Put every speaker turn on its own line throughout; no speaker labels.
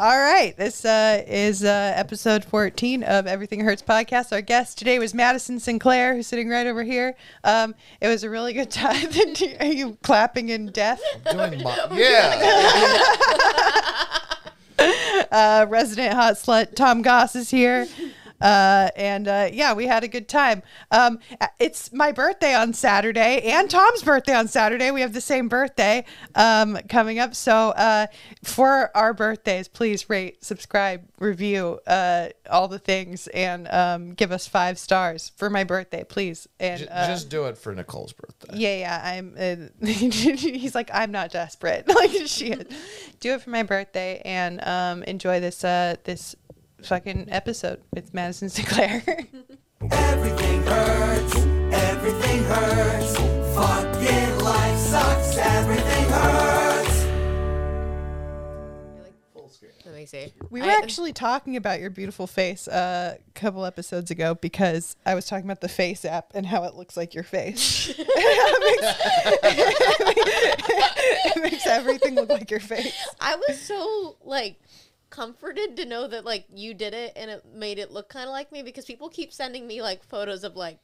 All right. This uh, is uh, episode 14 of Everything Hurts podcast. Our guest today was Madison Sinclair, who's sitting right over here. Um, it was a really good time. Are you clapping in death?
Doing my, yeah.
Uh, resident hot slut Tom Goss is here. Uh, and uh, yeah, we had a good time. Um, it's my birthday on Saturday and Tom's birthday on Saturday. We have the same birthday um, coming up. So uh, for our birthdays, please rate, subscribe, review uh, all the things, and um, give us five stars for my birthday, please. And
J-
uh,
just do it for Nicole's birthday.
yeah, yeah, I'm. Uh, he's like, I'm not desperate. Like she is. Do it for my birthday and um, enjoy this uh, this fucking episode with Madison Sinclair.
Everything hurts. Everything hurts. Fucking life sucks. Everything hurts.
Let me see.
we were
I-
actually talking about your beautiful face uh, a couple episodes ago because I was talking about the Face app and how it looks like your face. it, makes, it makes everything look like your face.
I was so like comforted to know that like you did it and it made it look kind of like me because people keep sending me like photos of like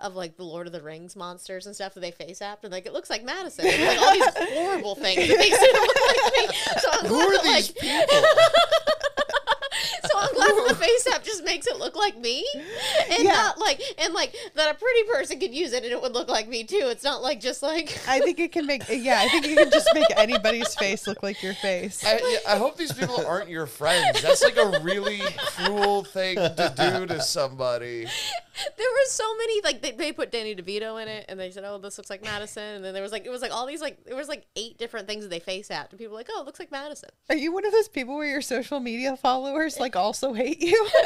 of like the Lord of the Rings monsters and stuff that they face apt and like it looks like Madison It's, like all these horrible things that makes it look like me. So I'm
Who
glad
are
that,
these
like,
people?
so I'm glad that the face app just makes it look like me and
Yeah.
not like and like that a pretty person could use it and it would look like me too. It's not like just like
I think it can make. Yeah, I think you can just make anybody's face look like your face.
I, yeah, I hope these people aren't your friends. That's like a really cruel thing to do to somebody.
There were so many like they, they put Danny DeVito in it and they said, Oh, this looks like Madison and then there was like it was like all these like there was like eight different things that they face at and people were like, Oh, it looks like Madison.
Are you one of those people where your social media followers like also hate you?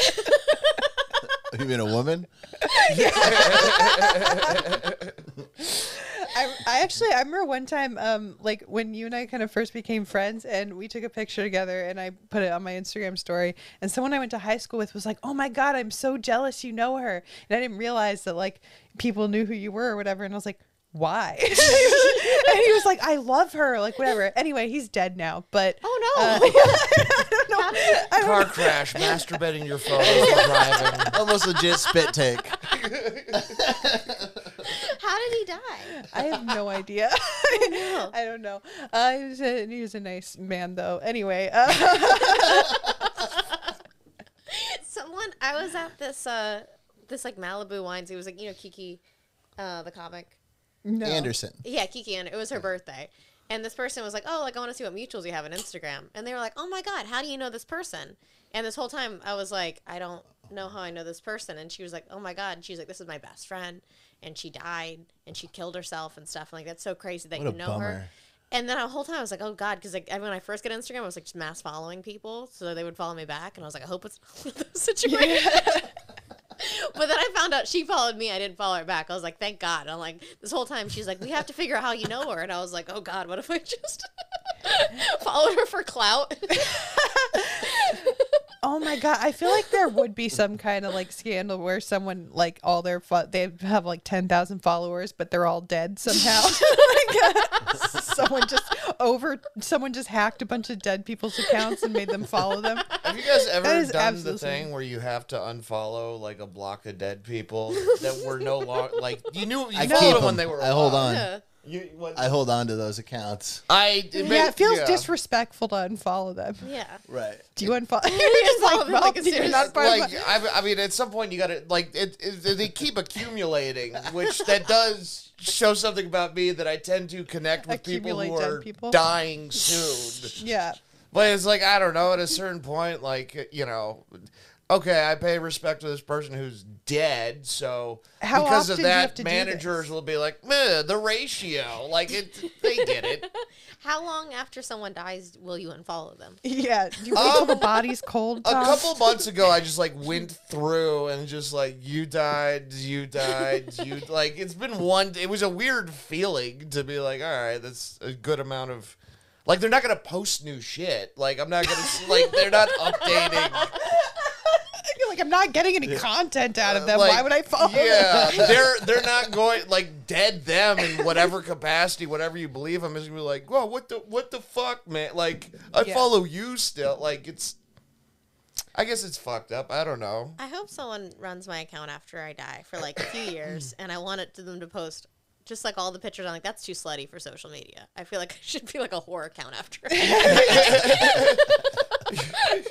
You mean a woman?
I, I actually I remember one time um like when you and I kind of first became friends and we took a picture together and I put it on my Instagram story and someone I went to high school with was like, "Oh my god, I'm so jealous you know her." And I didn't realize that like people knew who you were or whatever and I was like, "Why?" and he was like, "I love her." Like whatever. Anyway, he's dead now, but
Oh no.
Uh, I don't
Car crash, masturbating your phone while driving.
Almost legit spit take.
How did he die?
I have no idea. I don't know. Uh, he, was a, he was a nice man, though. Anyway, uh,
Someone I was at this uh this like Malibu wines, it was like, you know, Kiki uh the comic.
no.
Anderson.
Yeah, Kiki and it was her birthday. And this person was like, "Oh, like I want to see what mutuals you have on Instagram." And they were like, "Oh my god, how do you know this person?" And this whole time I was like, "I don't know how I know this person." And she was like, "Oh my god." And she was like, "This is my best friend." And she died and she killed herself and stuff. And like that's so crazy that
What a
you know
bummer.
her. And then the whole time I was like, "Oh god," cuz like when I first got Instagram, I was like just mass following people so they would follow me back and I was like, "I hope it's not one of those situations." But then I found out she followed me. I didn't follow her back. I was like, thank God. I'm like, this whole time she's like, we have to figure out how you know her. And I was like, oh God, what if I just followed her for clout?
Oh my god, I feel like there would be some kind of like scandal where someone like all their fo- they have like ten thousand followers, but they're all dead somehow. Like, uh, someone just over someone just hacked a bunch of dead people's accounts and made them follow them.
Have you guys
That
ever
is
done
absolutely-
the thing where you have to unfollow like a block of dead people that were no longer like you knew you
I
followed
keep
them when
them.
they were
I hold
alive.
on.
Yeah.
You, when,
I hold on to those accounts.
I it
yeah,
ma-
it feels
yeah.
disrespectful to unfollow them.
yeah.
Right.
Do you unfollow? You're just
follow
like,
them
well,
like a
you're
serious-
not part of
like
my-
I, I mean at some point you gotta like it, it they keep accumulating which that does show something about me that i tend to connect with people who
Accumulate dead
are
people.
dying soon
yeah.
but it's like i don't know at a certain point like you know okay i pay respect to this person who's dead so
How
because
often
of
do you have
that
to do
managers
this?
will be like "Meh, the ratio like it they get it
How long after someone dies will you unfollow them?
Yeah, you wait till the body's cold.
Um, A
Tom?
couple months ago, I just like went through and just like you died, you died, you like it's been one. It was a weird feeling to be like, all right, that's a good amount of like they're not gonna post new shit. Like I'm not gonna like they're not updating.
You're like, like I'm not getting any content out of them.
Uh, Like,
Why would I follow them?
Yeah, they're they're not going like dead them in whatever capacity, whatever you believe them. Is gonna be like, whoa, what the what the fuck, man? Like, I
Yeah.
follow you still. Like, it's. I guess it's fucked up. I don't know.
I hope someone runs my account after I die for like a few years, and I want it to them to post just like all the pictures. I'm like, that's too slutty for social media. I feel like I should be like a whore account after. I die."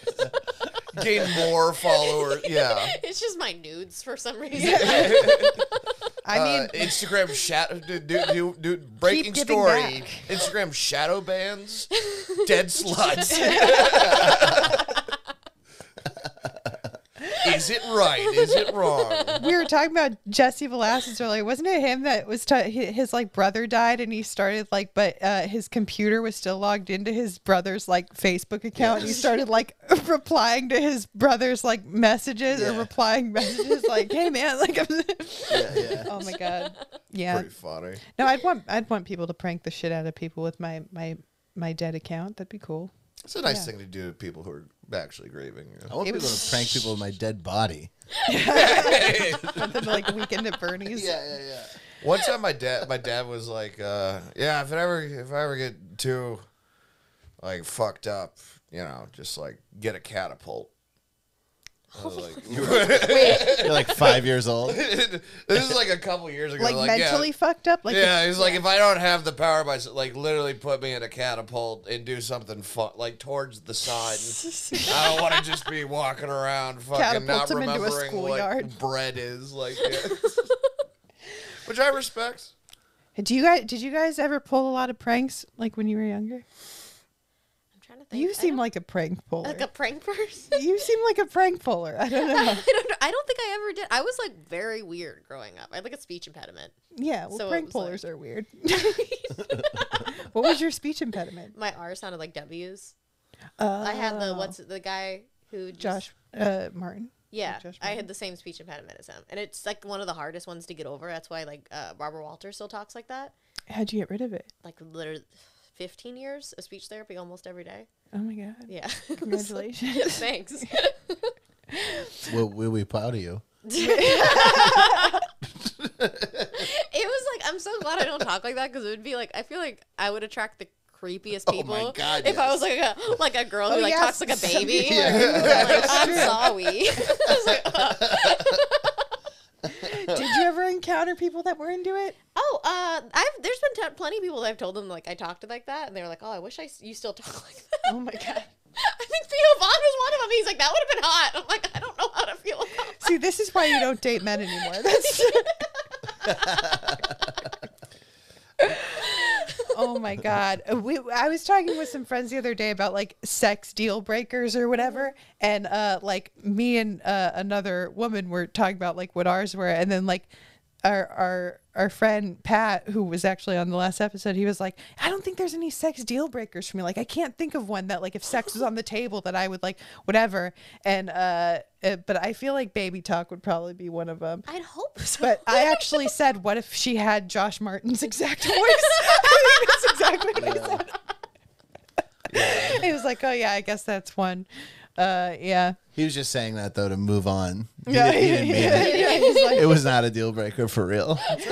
Gain more followers. Yeah.
it's just my nudes for some reason.
I mean,
uh, Instagram shadow dude, dude, dude, dude, breaking
giving
story.
back.
Instagram shadow bans dead sluts. Is it right? Is Uh, it wrong?
we were talking about Jesse Velasquez earlier. Wasn't it him that was t- his like brother died and he started like, but uh, his computer was still logged into his brother's like Facebook account. And he started like replying to his brother's like messages or
Yeah.
replying messages like, "Hey man, like, I'm
Yeah, yeah.
oh my god, yeah."
Pretty funny.
No, I'd want I'd want people to prank the shit out of people with my my my dead account. That'd be cool.
It's a nice thing to do to people who are actually grieving. You
I
know?
want
It
people
was-
to prank people with my dead body.
Want them to like weekend at Bernie's.
yeah, yeah.
One time, my dad, my dad was like, uh, "Yeah, if it ever, if I ever get too, like fucked up, you know, just like get a catapult." I was like,
You're like five years old.
this is like a couple years ago.
Like,
yeah.
mentally fucked up. Like
yeah, he's like, if I don't have the power by, like, literally put me in a catapult and do something fun, like towards the sun. I don't want to just be walking around fucking
Catapult
not
him into a
remembering what
schoolyard.
bread is, like, yeah. which I respect.
uh, Do you guys did you guys ever pull a lot of pranks like when you were younger?
I'm trying to think.
You
I
seem
don't-
like a prank puller.
like a prank person.
you seem like a prank puller. I don't know.
I don't know. I don't think I ever did. I was like very weird growing up. I had like a speech impediment.
Yeah, well,
So it
prank
was like-
pullers are weird. what was your speech impediment?
My R sounded like W's.
Uh,
I had the what's the guy who just-
Josh uh, Martin.
Yeah,
Josh
I had
Brolin.
the same speech impediment as him, and it's like one of the hardest ones to get over. That's why like uh, Barbara Walters still talks like that.
How'd you get rid of it?
Like literally, fifteen years of speech therapy almost every day.
Oh my god!
Yeah,
Congratulations.
thanks.
We'll, we'll be proud of you.
It was like I'm so glad I don't talk like that because it would be like I feel like I would attract the creepiest people
Oh my God,
if I was
yes.
like a like a girl
Oh,
who like
yes,
talks like a
some
baby.
people are
Like, I'm sorry. I was like, uh,
Did you ever encounter people that were into it?
oh, uh, I've there's been t- plenty of people that I've told them like I talked like that, and they were like, oh, I wish I s- you still talk like that.
Oh my god!
I think Theo Vaughn was one of them. He's like, that would have been hot. I'm like, I don't know how to feel about
See, this is why you don't date men anymore. That's. oh my god! Uh, We, I was talking with some friends the other day about like sex deal breakers or whatever, and uh, like me and uh, another woman were talking about like what ours were, and then like our our our friend Pat, who was actually on the last episode, he was like, I don't think there's any sex deal breakers for me. Like I can't think of one that like if sex was on the table that I would like whatever. And uh, uh but I feel like baby talk would probably be one of them.
I'd hope so.
But I actually said, what if she had Josh Martin's exact voice? I think that's exactly what I said. He was like, oh yeah, I guess that's one. Uh, yeah.
He was just saying that though to move on. He
Yeah,
didn't- he didn't mean
yeah,
it.
yeah, he's like,
It was not a deal breaker for real.
do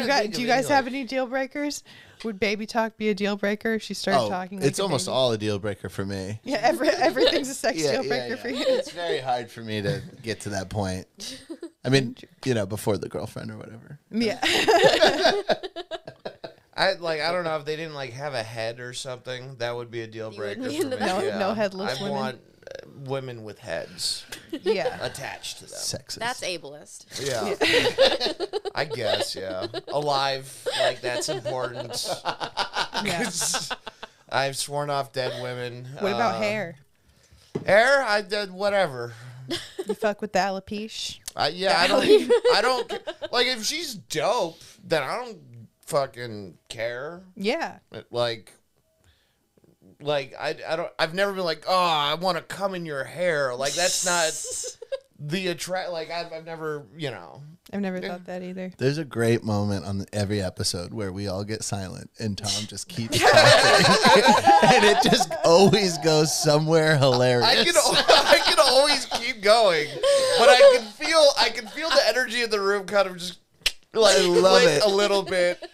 you guys, do you guys have any deal breakers? Would baby talk be a deal breaker if she started talking? like
Oh, it's
a
almost
baby?
all a deal breaker for me.
Yeah, every, everything's a sex deal breaker for you.
It's very hard for me to get to that point. I mean, you know, before the girlfriend or whatever.
Yeah.
I like I don't know if they didn't like have a head or something that would be a deal
You wouldn't
breaker.
be
for
into
me.
that.
No- no headless
I
women.
want uh, women with heads
Yeah.
attached to them.
Sexist.
That's ableist.
Yeah, I guess yeah. Alive like that's important.
yeah.
I've sworn off dead women.
What about
Uh,
hair?
Hair, I did whatever.
You fuck with the alopecia.
I, yeah, I don't. I don't like if she's dope. Then I don't fucking care.
Yeah.
like like I, I don't I've never been like oh I want to come in your hair like that's not the attract like I've, I've never you know
I've never thought that either.
There's a great moment on every episode where we all get silent and Tom just keeps talking, and it just always goes somewhere hilarious.
I can I can always keep going, but I can feel I can feel the energy of the room kind of just like,
love
like
it.
a little bit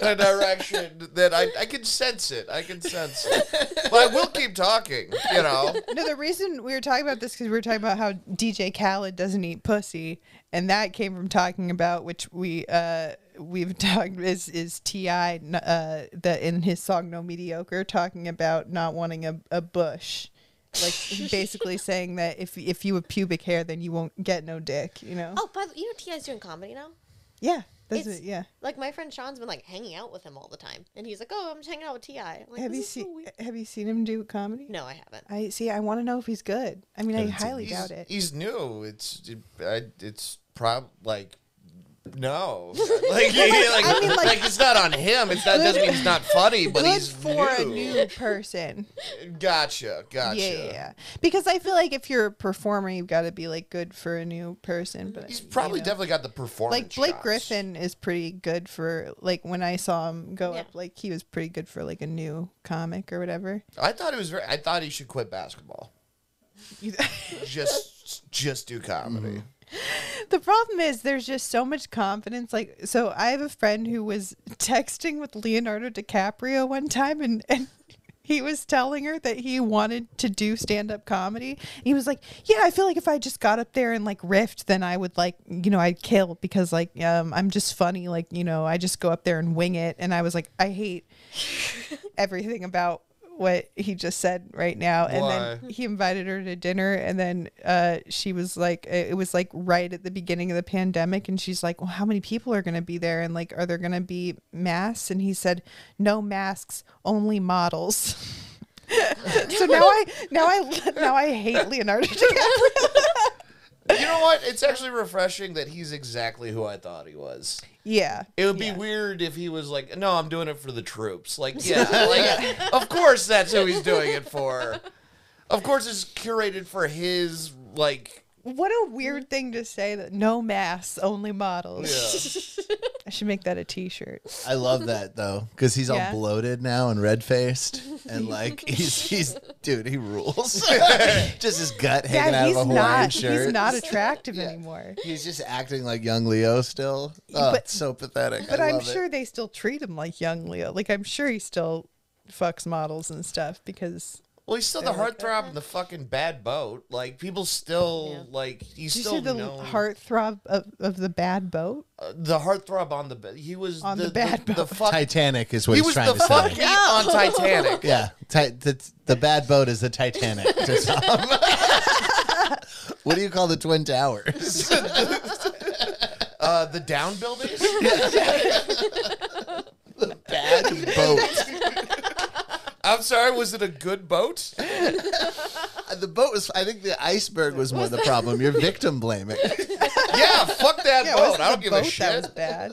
in a direction that I I can sense it. I can sense it, but I will keep talking. You know,
No, the reason we were talking about this because we were talking about how DJ Khaled doesn't eat pussy, and that came from talking about which we uh we've talked is is Ti n- uh the in his song No Mediocre talking about not wanting a, a bush, like basically saying that if if you have pubic hair then you won't get no dick, you know?
Oh, by the you know, Ti's doing comedy now.
yeah, that's
it's-
it. Yeah.
Like my friend Sean's been like hanging out with him all the time, and he's like, "Oh, I'm just hanging out with Ti." I'm Like,
Have
this
you
is so
seen
weird.
Have you seen him do comedy?
No, I haven't.
I see. I want to know if he's good. I mean, I
Haven't seen
highly
he's,
doubt it.
he's new. It's it, I, it's prob like. No, like, he- like,
I mean, like-
like, it's not on him. It's not doesn't mean he's not funny, but
good
he's
for a new person.
Gotcha, gotcha.
Yeah, yeah, yeah. Because I feel like if you're a performer, you've got to be like good for a new person. But
He's
you
probably
know.
definitely got the performance.
like Blake
chops.
Griffin is pretty good for like when I saw him go
Yeah.
up, like he was pretty good for like a new comic or whatever.
I thought it was very. I thought he should quit basketball.
You-
Just, just do comedy.
the problem is there's just so much confidence. Like, so I have a friend who was texting with Leonardo DiCaprio one time, and and he was telling her that he wanted to do stand up comedy. He was like, "Yeah, I feel like if I just got up there and like riffed, then I would like, you know, I'd kill because like um, I'm just funny. Like, you know, I just go up there and wing it." And I was like, "I hate." everything about what he just said right now and then he invited her to dinner and then uh, she was like it it was like right at the beginning of the pandemic and she's like well how many people are going to be there and like are there going to be masks and he said no masks only models so now i now i now i hate leonardo DiCaprio. Mm.
You know what? It's actually refreshing that he's exactly who I thought he was.
yeah
It would be
Yeah.
weird if he was like, "No, I'm doing it for the troops." Like, yeah, like, of course that's who he's doing it for. Of course, it's curated for his like.
what a weird thing to say that no masks only
Yeah.
models i should make that a t-shirt
I love that though, because he's
Yeah.
all bloated now and red faced, and like he's he's dude, he rules. just his gut hanging out
yeah
of a
he's
Hawaiian
not
shirt.
he's not attractive anymore
He's just acting like young Leo still. Oh,
But-
it's so pathetic.
But
I
I'm
love it.
sure they still treat him like young Leo. Like I'm sure he still fucks models and stuff because
Well, he's still the heartthrob in the fucking bad boat. Like, people still like he's
did you
still
see the
known-
heartthrob of, of the bad boat?
uh, the heartthrob on the bed. He was
On
the,
the bad
the, the
boat.
fuck
Titanic is what
He
he's
was
trying
the
to say.
fuck on Titanic.
Yeah, ti- the, the bad boat is the Titanic. to Tom. what do you call the Twin Towers?
Uh, the down buildings.
Bad boat.
I'm sorry, was it a good boat?
The boat was. I think the iceberg was more the problem. You're victim blaming.
Yeah, fuck that
Yeah, it
boat.
wasn't
I don't
the
give
boat
a
that was
shit.
bad.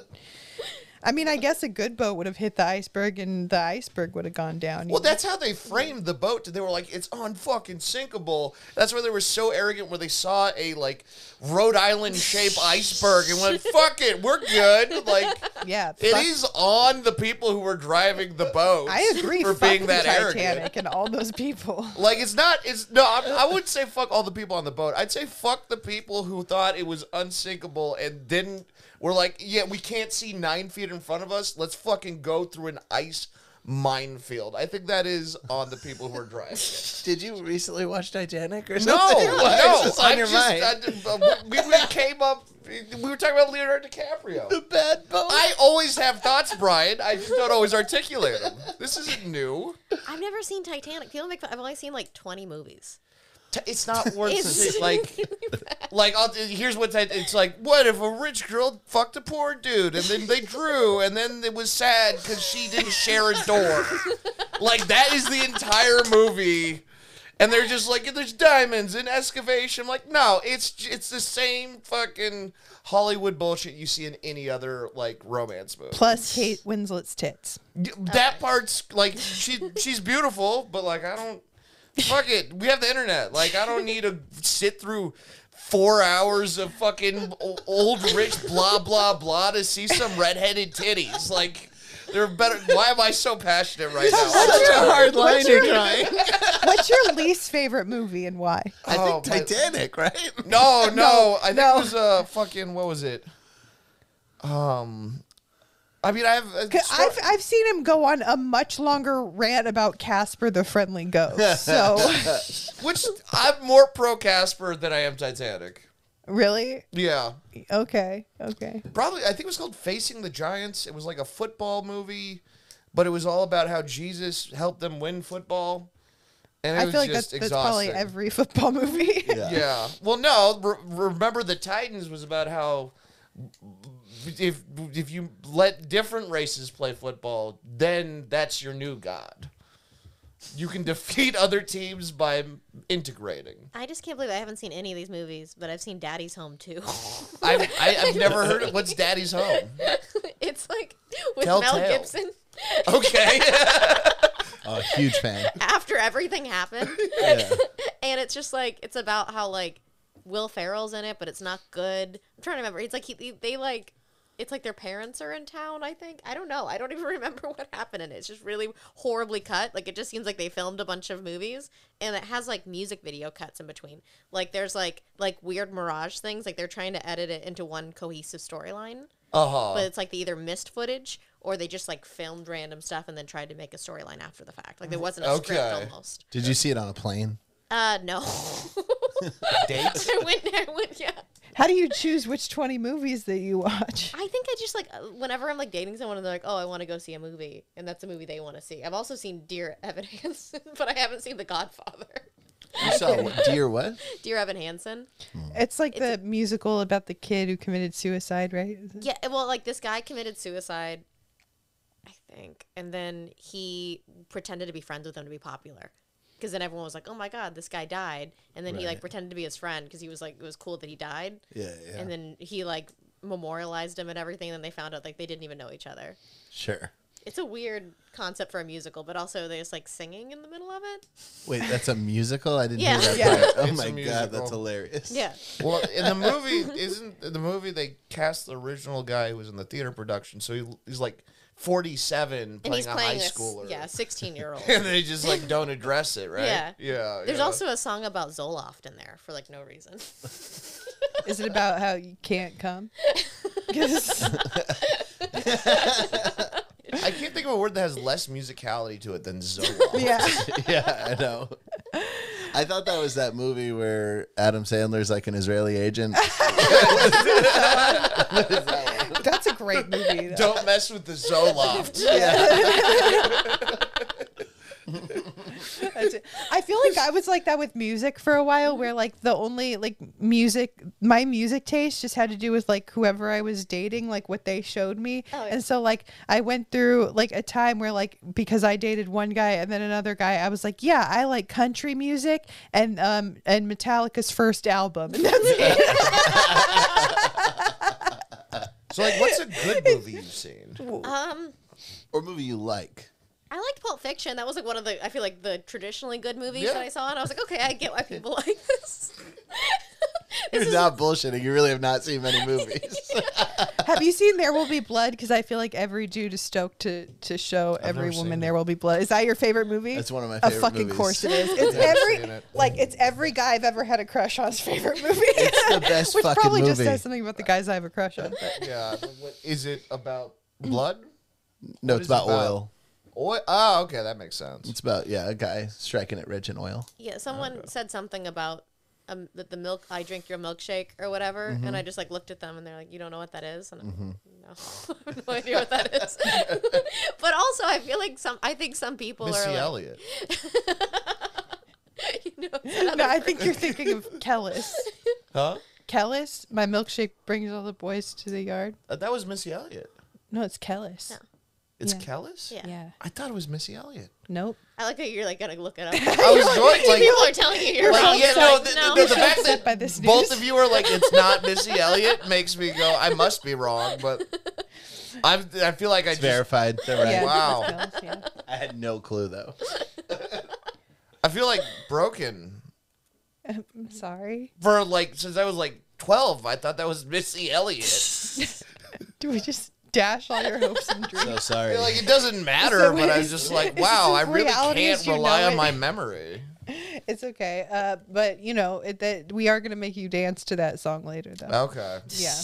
I mean, I guess a good boat would have hit the iceberg and the iceberg would have gone down.
Well, that's how they framed the boat. They were like, it's unfucking sinkable. That's why they were so arrogant where they saw a like Rhode Island shaped iceberg and went, fuck it, we're good. Like
yeah.
it
fuck-
is on the people who were driving the boat.
I agree
for
fuck
being
the
that
Titanic
arrogant.
and all those people.
Like it's not. It's no. I'm, I wouldn't say fuck all the people on the boat. I'd say fuck the people who thought it was unsinkable and didn't. Were like, yeah, we can't see nine feet in front of us. Let's fucking go through an ice minefield. I think that is on the people who are driving. it.
Did you recently watch Titanic or
No,
something?
no,
Why is this on
I
your
just,
mind?
I did- uh, we, we came up. We were talking about Leonardo DiCaprio.
bad boat.
I always have thoughts, Brian. I just don't always articulate them. This isn't new.
I've never seen Titanic. People make fun. I've only seen like 20 movies.
T- It's not worth
It's
it. Like, like I'll, here's what that, it's like. What if a rich girl fucked a poor dude and then they drew and then it was sad because she didn't share a door? like that is the entire movie, and they're just like, there's diamonds and excavation. I'm like, no, it's j- it's the same fucking Hollywood bullshit you see in any other like romance movie.
Plus Kate Winslet's tits.
that part's like she she's beautiful, but like I don't. Fuck it. We have the internet. Like, I don't need to sit through four hours of fucking o- old rich blah blah blah to see some redheaded titties. Like, they're better. Why am I so passionate right now?
What's
Such a
your,
hard line to try.
what's your least favorite movie and why?
I
Oh,
think
my-
Titanic, right?
No, no. I think
no.
it was uh, fucking what was it? Um, I mean, I have. uh, a
'Cause
stro-
I've, I've seen him go on a much longer rant about Casper the Friendly Ghost. So,
which I'm more pro Casper than I am Titanic.
really?
Yeah,
Okay. Okay.
probably. I think it was called Facing the Giants. It was like a football movie, but it was all about how Jesus helped them win football, and it
I
was
feel like that's,
just
that's probably
exhausting.
every football movie.
Yeah. Well, no. Re- remember, the Titans was about how if if you let different races play football, then that's your new god. You can defeat other teams by integrating.
I just can't believe I haven't seen any of these movies, but I've seen Daddy's Home too.
I've, I, I've never heard of what's Daddy's home.
it's like with
Telltale.
Mel Gibson
Okay.
Oh, huge fan.
after everything happened.
Yeah.
and it's just like it's about how like Will Ferrell's in it, but it's not good. I'm trying to remember. It's like he, he- they like it's like their parents are in town. I think I don't know. I don't even remember what happened in it. It's just really horribly cut. Like it just seems like they filmed a bunch of movies, and it has like music video cuts in between. Like there's like like weird mirage things. Like they're trying to edit it into one cohesive storyline
Uh huh.
but it's like they either missed footage or they just like filmed random stuff and then tried to make a storyline after the fact. Like there wasn't a
Okay.
script almost.
Did you see it on a plane?
Uh, no.
Date.
I went there. I went, yeah.
How do you choose which 20 movies that you watch?
I think I just like uh, whenever I'm like dating someone and they're like, "Oh, I want to go see a movie," and that's a movie they want to see. I've also seen Dear Evan Hansen, but I haven't seen The Godfather.
You saw what, deer Oh, what?
Dear Evan Hansen.
It's like the musical about the kid who committed suicide, right? Is it-
Yeah, eh, well, like this guy committed suicide, I think, and then he pretended to be friends with him to be popular, because then everyone was like, "Oh my god, this guy died," and then he like
Right.
pretended to be his friend because he was like, it was cool that he died,
Yeah, yeah.
and then he like memorialized him and everything, and then they found out like they didn't even know each other.
sure.
It's a weird concept for a musical, but also there's like singing in the middle of it.
Wait, that's a musical? I didn't
Yeah.
hear that
Yeah.
part. Oh
It's a
my god,
musical.
that's hilarious.
Yeah,
Well, in the movie, isn't in the movie they cast the original guy who was in the theater production? So he, he's like forty-seven, playing
and he's
a
playing
high
this
schooler.
yeah, sixteen year old.
and they just like don't address it, right?
Yeah.
Yeah.
There's
yeah.
also a song about Zoloft in there for like no reason.
Is it about how you can't come? 'Cause-
I can't think of a word that has less musicality to it than Zoloft.
yeah.
yeah, I know. I thought that was that movie where Adam Sandler's like an Israeli agent.
That's a great movie. Though.
Don't mess with the Zoloft.
yeah.
That's it. I feel like I was like that with music for a while, where like the only like music, my music taste just had to do with like whoever I was dating, like what they showed me.
Oh, yeah.
And so like I went through like a time where like because I dated one guy and then another guy, I was like, yeah, I like country music and um and Metallica's first album. And that's
So, like, what's a good movie you've seen?
um.
Or movie you like.
I liked Pulp Fiction. That was like one of the I feel like the traditionally good movies
Yeah.
that I saw, and I was like, okay, I get why people like this.
You're not bullshitting. You really have not seen many movies.
Have you seen There Will Be Blood? Because I feel like every dude is stoked to to show every
never seen
woman
it.
There Will Be Blood. Is that your favorite movie?
That's one of my
Of
favorite
fucking
movies.
course it is. It's
I've never
every
seen it.
like it's every guy I've ever had a crush on's favorite movie.
it's the best
Which
fucking
probably
movie.
just says something about the guys I have a crush on.
Yeah. Like, what, is it about blood? what
no, it's
is
about,
it about?
oil.
Oil? Oh, okay. That makes sense.
It's about yeah, a guy striking it rich in oil.
yeah, someone said something about um, that the milk I drink your milkshake or whatever,
Mm-hmm.
and I just like looked at them and they're like, you don't know what that is, and I'm like, no, I have no idea what that is. but also, I feel like some I think some people
Missy
are like,
Elliott.
you know, it's another
No, I think you're thinking of Kellis.
Huh?
Kellis, my milkshake brings all the boys to the yard.
Uh, that was Missy Elliott.
No, it's Kellis.
No.
It's
Yeah.
Kellis?
Yeah.
Yeah.
I thought it was Missy Elliott.
Nope.
I like how you're like gonna look it up.
I was going like,
people are telling you you're
like,
wrong.
yeah,
It's
no,
like,
the,
Oh, no.
the- the fact
upset
that
by this
both
news.
of you are like, it's not Missy Elliott makes me go, I must be wrong, but I'm, I feel like I
It's
just
verified. They're right.
Yeah.
Wow.
Kellis, yeah.
I had no clue though.
I feel like broken
I'm sorry.
for like since I was like 12. I thought that was Missy Elliott.
Do we just dash all your hopes and dreams?
So sorry.
I feel like it doesn't matter,
So
but I was
is-
just like,
is
wow, I
this
really
reality
can't
as you
rely
know
on
it?
my memory.
It's okay. Uh, but you know it, that we are gonna make you dance to that song later, though.
Okay.
Yeah.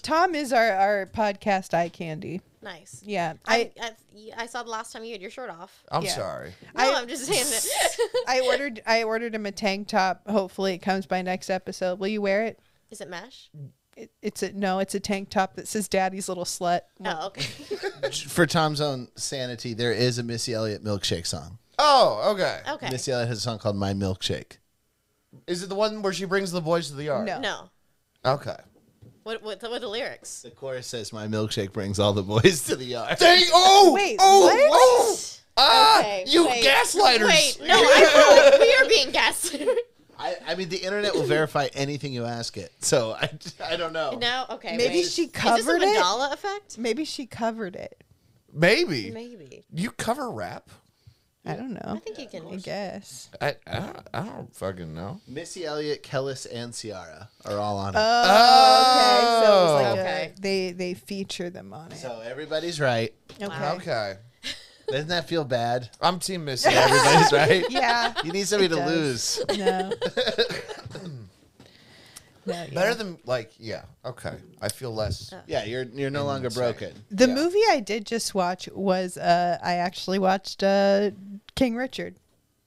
Tom is our our podcast eye candy.
Nice.
Yeah.
I,
I
I I saw the last time you had your shirt off.
I'm
Yeah.
sorry.
No,
I-
I, am just saying that.
I ordered I ordered him a tank top. Hopefully it comes by next episode. Will you wear it?
Is it mesh?
it it's a no. It's a tank top that says "Daddy's little slut."
Oh, okay.
For Tom's own sanity, there is a Missy Elliott milkshake song.
Oh, okay.
Okay.
Missy Elliott has a song called My Milkshake.
Is it the one where she brings the boys to the yard?
No.
No.
Okay.
What what the, what the lyrics?
The chorus says, My milkshake brings all the boys to the yard.
Dang! Oh!
Wait,
Oh!
what?
Oh! Ah!
Okay,
you
wait.
gaslighters!
Wait, no, I feel like we are being gaslit.
I, I mean, the internet will verify anything you ask it. So I, I don't know.
no, okay.
Maybe
wait.
she
Is this
covered
a
it?
Mandala effect?
Maybe she covered it.
Maybe.
Maybe.
You cover rap?
I don't
I
know.
think you
I
can.
guess.
I, I, don't, I don't fucking know.
Missy Elliott, Kellis, and Ciara are all on it.
Oh, okay. So it was like a-
Okay.
they they feature them on it.
so everybody's right.
Okay.
Oh, Okay.
Doesn't that feel bad?
I'm Team Missy.
Everybody's right.
Yeah.
You need somebody
It
to
does.
lose.
No. no yeah.
Better than, like, yeah. Okay. I feel less.
Uh,
Yeah, you're you're no longer broken.
The
Yeah.
movie I did just watch was uh, I actually watched uh, King Richard.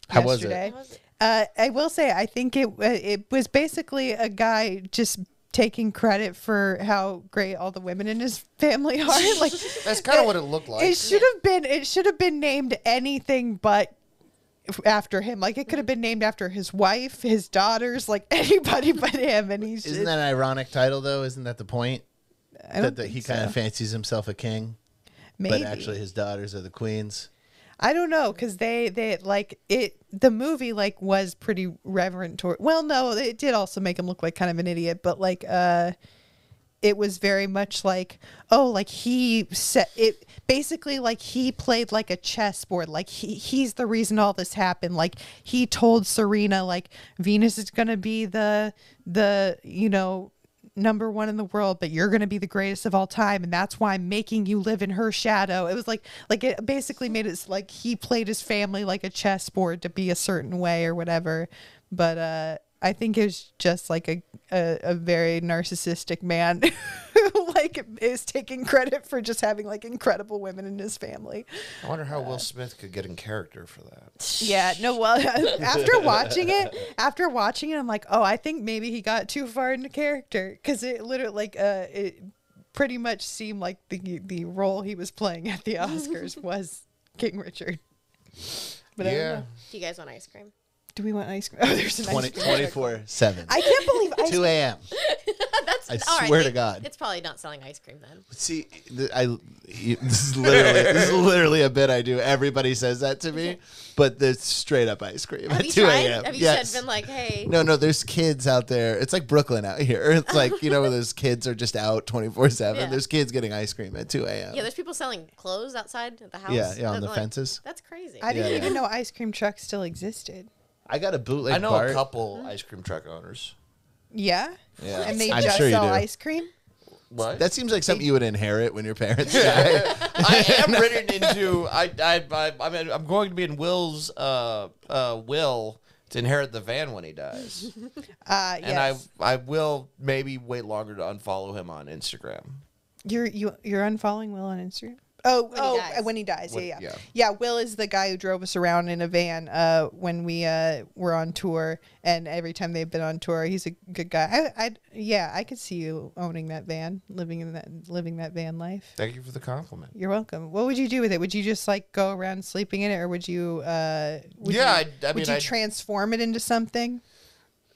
How was it?
yesterday.
How was it?
Uh, I will say I think it uh, it was basically a guy just taking credit for how great all the women in his family are. Like
That's kind of what it looked like.
it should have been it should have been named anything but f- after him. Like it could have been named after his wife, his daughters, like anybody but him. And he's
Isn't that an ironic title though? Isn't that the point?
I don't
That, that
think
he kind
so.
of fancies himself a king,
maybe
but actually his daughters are the queens.
I don't know because they they like it. The movie like was pretty reverent toward. Well, no, it did also make him look like kind of an idiot, but like uh, it was very much like oh, like he set it basically like he played like a chessboard. Like he he's the reason all this happened. Like he told Serena like Venus is gonna be the the you know number one in the world, but you're going to be the greatest of all time, and that's why I'm making you live in her shadow. It was like, like it basically made it s- like he played his family like a chessboard to be a certain way or whatever. But uh, I think it was just like a a, a very narcissistic man who like is taking credit for just having like incredible women in his family.
I wonder how Will Smith could get in character for that.
Yeah, no. Well, after watching it, after watching it, I'm like, oh, I think maybe he got too far into character because it literally, like, uh, it pretty much seemed like the the role he was playing at the Oscars was King Richard. But I don't
yeah.
know.
Do you guys want ice cream?
Do we want ice cream? Oh, there's an
20,
ice cream.
24 7.
I can't believe ice
2 a.m.
That's
I
all right,
swear to
it-
God.
It's probably not selling ice cream then.
See, th- I you- this is literally this is literally a bit I do. Everybody says that to me, but it's straight up ice cream
Have
at
you
two
tried?
a.m.
Have you
Yes.
said been like, hey,
no, no. There's kids out there. It's like Brooklyn out here. It's like you know, where those kids are just out twenty four
Yeah.
seven. There's kids getting ice cream at two a.m.
yeah, there's people selling clothes outside at the house.
yeah, yeah, on
That's
the
like-
fences.
That's crazy.
I didn't
Yeah.
even know ice cream trucks still existed.
I got a bootleg.
I know
Bart.
a couple ice cream truck owners.
Yeah.
Yeah.
And they
I'm
just
sure you
sell
do.
ice cream.
What?
That seems like something you would inherit when your parents die.
I am written into. I, I, I, I mean, I'm going to be in Will's uh, uh, will to inherit the van when he dies,
Uh, yes.
and I, I will maybe wait longer to unfollow him on Instagram.
You're you you're unfollowing Will on Instagram. Oh,
he
oh,
dies.
when he dies,
When-
yeah, yeah,
yeah.
yeah. Will is the guy who drove us around in a van uh, when we uh, were on tour, and every time they've been on tour, he's a good guy. I, I, yeah, I could see you owning that van, living in that, living that van life.
Thank you for the compliment.
You're welcome. What would you do with it? Would you just like go around sleeping in it, or would you? Uh, would
yeah,
you,
I, I
would
mean,
you
I,
transform it into something?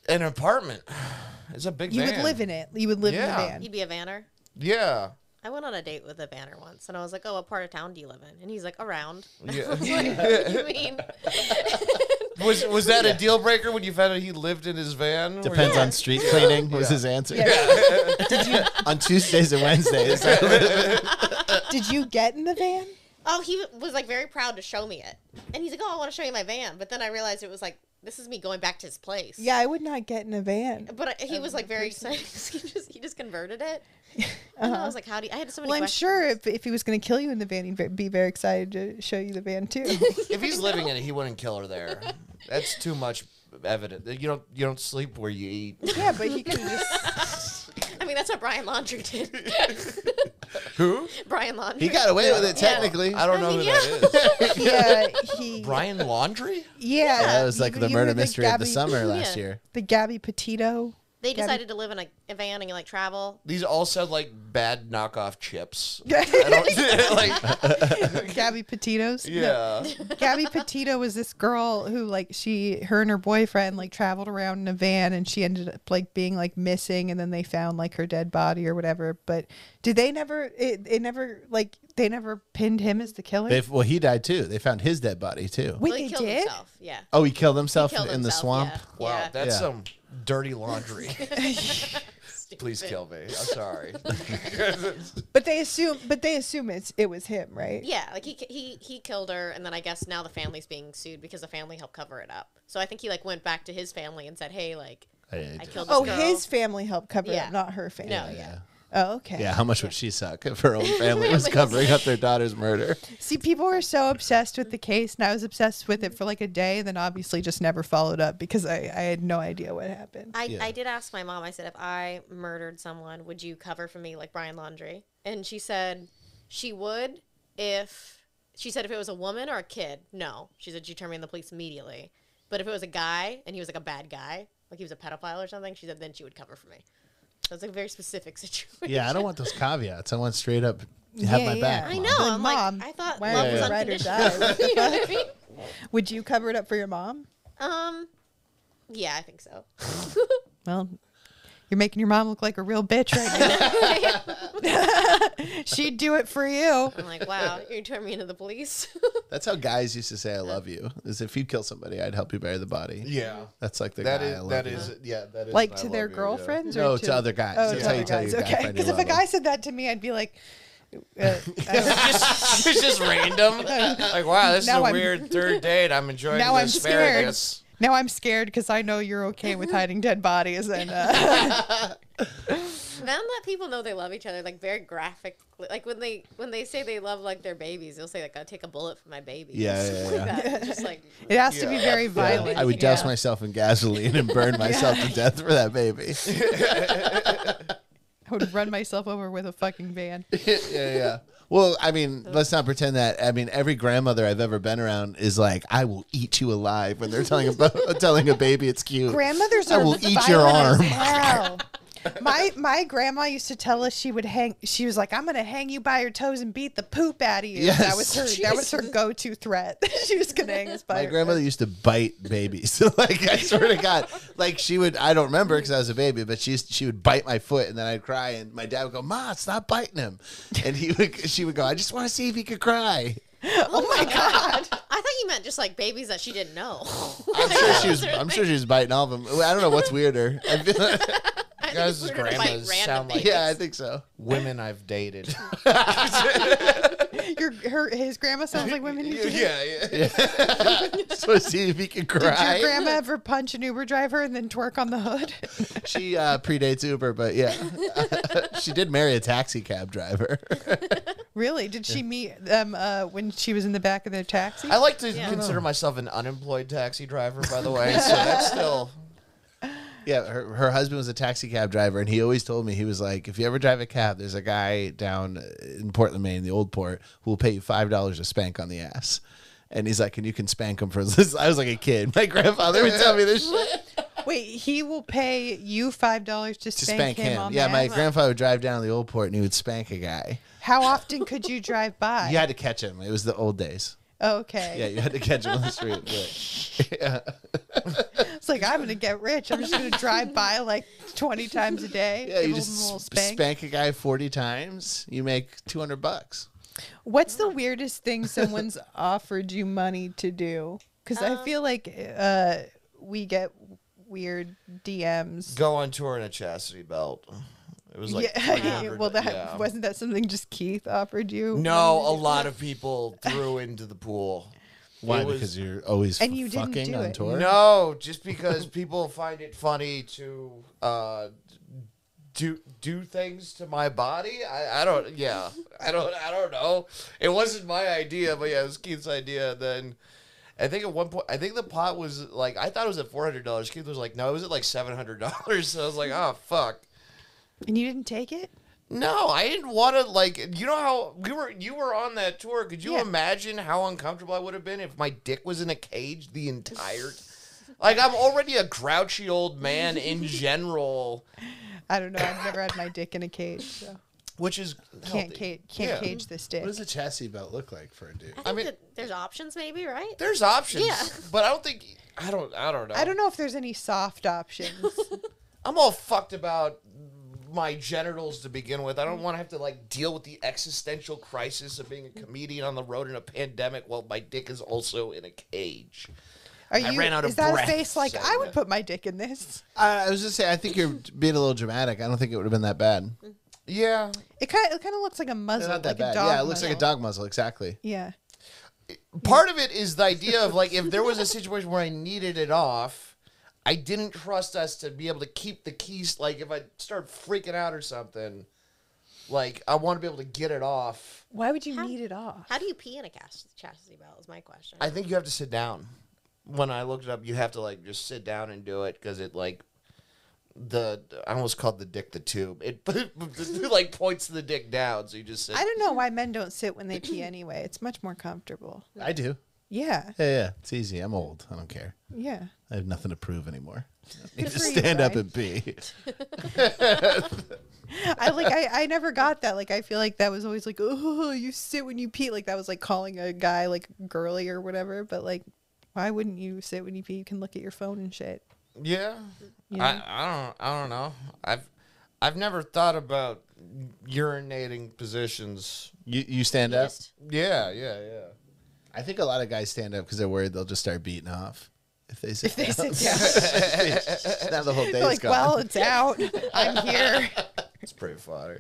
an apartment. It's a big.
You
van.
would live in it. You would live
Yeah.
in the van.
You'd be a vanner.
Yeah.
I went on a date with a vanner once, and I was like, "Oh, what part of town do you live in?" And he's like, "Around."
Yeah.
you mean?
was was that a deal breaker when you found out he lived in his van? Were you-
Depends on street cleaning was
Yeah.
his answer.
Yeah.
on Tuesdays and Wednesdays. I live-
Did you get in the van?
oh, he was like very proud to show me it, and he's like, oh, I want to show you my van, but then I realized it was like this is me going back to his place.
Yeah, I would not get in a van.
But I- he was like very excited. 'cause he just he just converted it. And I was like, how do you? I had so many.
Uh-huh. Well, I'm
questions.
sure if, if he was going to kill you in the van, he'd ve- be very excited to show you the van too.
If he's living in it, he wouldn't kill her there. That's too much evidence. You don't you don't sleep where you eat.
yeah, but he could have just.
I mean, that's what Brian Laundry did.
Who?
Brian Laundry.
He got away with it
Yeah.
technically.
I don't
I
know
mean,
who
yeah.
that is.
Yeah, he.
Brian Laundry?
Yeah,
That was
you-
like the
you
murder
were
mystery of the
Gabby-
summer last
Yeah.
year.
The Gabby Petito.
They
Gabby-
decided to live in a, a van and like travel.
These all sound like bad knockoff chips. I
Gabby
don't like
Petitos. No,
Yeah.
Gabby Petito was this girl who like she her and her boyfriend like traveled around in a van and she ended up like being like missing and then they found like her dead body or whatever. But did they never it, it never like they never pinned him as the killer?
They well, he died too. They found his dead body too.
Wait,
Well, he
they
killed
did?
himself. Yeah.
Oh, he killed himself
Killed
in the
himself,
swamp.
yeah.
Wow,
Yeah.
that's
Yeah.
some dirty laundry. Please kill me. I'm sorry.
But they assume but they assume it's it was him, right?
Yeah, like he he he killed her, and then I guess now the family's being sued because the family helped cover it up. So I think he like went back to his family and said, "Hey, like
Hey,
I killed this
Oh,
girl."
his family helped cover
Yeah.
it, not her family.
No, yeah.
Oh, okay.
Yeah, how much would she suck if her own family was covering up their daughter's murder?
See, people were so obsessed with the case, and I was obsessed with it for like a day, and then obviously just never followed up because I, I had no idea what happened.
I,
Yeah.
I did ask my mom. I said, if I murdered someone, would you cover for me like Brian Laundry? And she said she would if she said if it was a woman or a kid. No, she said she'd turn me in the police immediately. But if it was a guy and he was like a bad guy, like he was a pedophile or something, she said then she would cover for me. So it's like a very specific situation.
Yeah, I don't want those caveats. I want straight up have
Yeah,
my
yeah.
back.
I
Mom.
know.
But
I'm
Mom,
like, I thought
why
love
are
was
you
ride or
unconditional. you know what I mean?
Would you cover it up for your mom?
Um, yeah, I think so.
Well, you're making your mom look like a real bitch right now. She'd do it for you.
I'm like, wow, you turn me into the police.
That's how guys used to say "I love you." Is if you kill somebody, I'd help you bury the body.
Yeah.
That's like the
That
guy. I
is
love
that
you.
is yeah, that is
Like
I
to
love
their
you, yeah.
girlfriends?
No,
or
to other guys.
Oh,
That's
to
how
other
you tell your
guys.
guy
Okay.
friend you
Because if a
love
guy
him.
said that to me, I'd be like, uh, uh,
it's just random. Like, wow, this
Now
is a
I'm-
weird third date. I'm enjoying
now
the
I'm scared.
asparagus.
Now I'm scared because I know you're okay with hiding dead bodies. And uh,
Men let people know they love each other, like very graphic. Like when they when they say they love like their babies, they'll say like I'll take a bullet for my baby.
Yeah, yeah, yeah.
Just like
it has to be
Yeah.
very
Yeah,
violent.
I would douse myself in gasoline and burn myself to death for that baby.
I would run myself over with a fucking van.
yeah, yeah. Well, I mean, let's not pretend that. I mean, every grandmother I've ever been around is like, "I will eat you alive" when they're telling a telling a baby it's cute.
grandmothers
I
are
will eat your
violent
arm.
as hell. my my grandma used to tell us she would hang. She was like, "I'm gonna hang you by your toes and beat the poop out of you." That was her.
Yes.
That was her go-to threat. she was gonna hang us by.
My
her-
grandmother used to bite babies. like I swear to God, like she would. I don't remember because I was a baby, but she used, she would bite my foot, and then I'd cry, and my dad would go, "Ma, stop biting him," and he would. She would go, "I just want to see if he could cry."
oh my god. I thought you meant just like babies that she didn't know.
I'm sure she was. I'm sure she was biting all of them. I don't know what's weirder. I feel
I think
Guys'
it's weirder to bite
grandmas
random
sound like-
babies.
yeah, I think so.
Women I've dated.
Your her his grandma sounds like women. Who did.
yeah, yeah.
Just want to see if he could
Did
cry.
your grandma ever punch an Uber driver and then twerk on the hood?
She uh, predates Uber, but yeah, she did marry a taxi cab driver.
Really? Did she meet them uh, when she was in the back of their taxi?
I like to
Yeah.
consider myself an unemployed taxi driver, by the way. So that's still
yeah, her, her husband was a taxi cab driver, and he always told me he was like, if you ever drive a cab, there's a guy down in Portland, Maine, the old port, who will pay you five dollars to spank on the ass. And he's like, and you can spank him for this. I was like a kid. My grandfather would tell me this shit.
Wait, he will pay you five dollars to
To
spank,
spank,
him.
him.
on
Yeah,
the
my
ass?
grandfather would drive down to the old port and he would spank a guy.
How often could you drive by?
You had to catch him. It was the old days.
Okay.
Yeah, you had to catch him on the street. Yeah.
It's like I'm gonna get rich. I'm just gonna drive by like 20 times a day.
Yeah,
give
you
him a little
just spank.
spank.
spank a guy 40 times, you make 200 bucks.
What's the weirdest thing someone's offered you money to do? Because I feel like uh, we get weird DMs.
go on tour in a chastity belt. It was like
yeah. yeah,
300,
well, that
yeah.
wasn't that something just Keith offered you?
No, a lot of people threw into the pool.
Why?
It was-
because you're always
And you didn't
fucking
do
on
it.
tour.
No, just because people find it funny to uh, do do things to my body. I, I don't. Yeah, I don't. I don't know. It wasn't my idea, but yeah, it was Keith's idea. Then I think at one point, I think the pot was like I thought it was at four hundred dollars. Keith was like, no, it was at like seven hundred dollars. So I was like, oh fuck.
and you didn't take it.
No, I didn't want to like you know how we were you were on that tour. Could you
Yeah.
imagine how uncomfortable I would have been if my dick was in a cage the entire Like I'm already a grouchy old man in general,
I don't know. I've never had my dick in a cage. So.
which is
Can't
healthy.
cage. Can't
Yeah.
cage this dick.
What does a chassis belt look like for a dude?
I think
I mean-
that there's options, maybe, right?
There's options.
Yeah.
But I don't think I don't I don't know.
I don't know if there's any soft options.
I'm all fucked about my genitals to begin with. I
Mm.
don't want to have to like deal with the existential crisis of being a comedian on the road in a pandemic while my dick is also in a cage.
Are
I
you?
ran out of
is that
breath,
a face like
so,
I would
yeah.
put my dick in this?
I, I was just saying. I think you're being a little dramatic. I don't think it would have been that bad.
Yeah.
It kind. It kind of looks like a muzzle.
It's not that
like a
bad.
dog
Yeah, it looks like a
muzzle.
dog muzzle. Exactly.
Yeah.
part of it is the idea of like if there was a situation where I needed it off, I didn't trust us to be able to keep the keys. Like if I start freaking out or something, like I want to be able to get it off.
Why would you
How-
need it off?
How do you pee in a cas- chastity belt? Is my question.
I think you have to sit down. When I looked it up, you have to like just sit down and do it because it like the I almost called the dick the tube. It like points the dick down, so you just sit.
I don't know why men don't sit when they pee anyway. It's much more comfortable.
I do.
Yeah.
Yeah, yeah. It's easy. I'm old. I don't care.
Yeah.
I have nothing to prove anymore. I need to
for you,
stand up
Brian.
and be.
I like I, I never got that. Like I feel like that was always like, oh, you sit when you pee. Like that was like calling a guy like girly or whatever. But like, why wouldn't you sit when you pee? You can look at your phone and shit.
Yeah.
You know?
I, I don't I don't know. I've I've never thought about urinating positions.
You you stand
You
up.
just-
Yeah, yeah, yeah.
I think a lot of guys stand up because they're worried they'll just start beating off if they sit.
If they
down.
sit down,
now the whole day
they're
is
like,
gone.
well, it's out. I'm here.
It's pretty funny.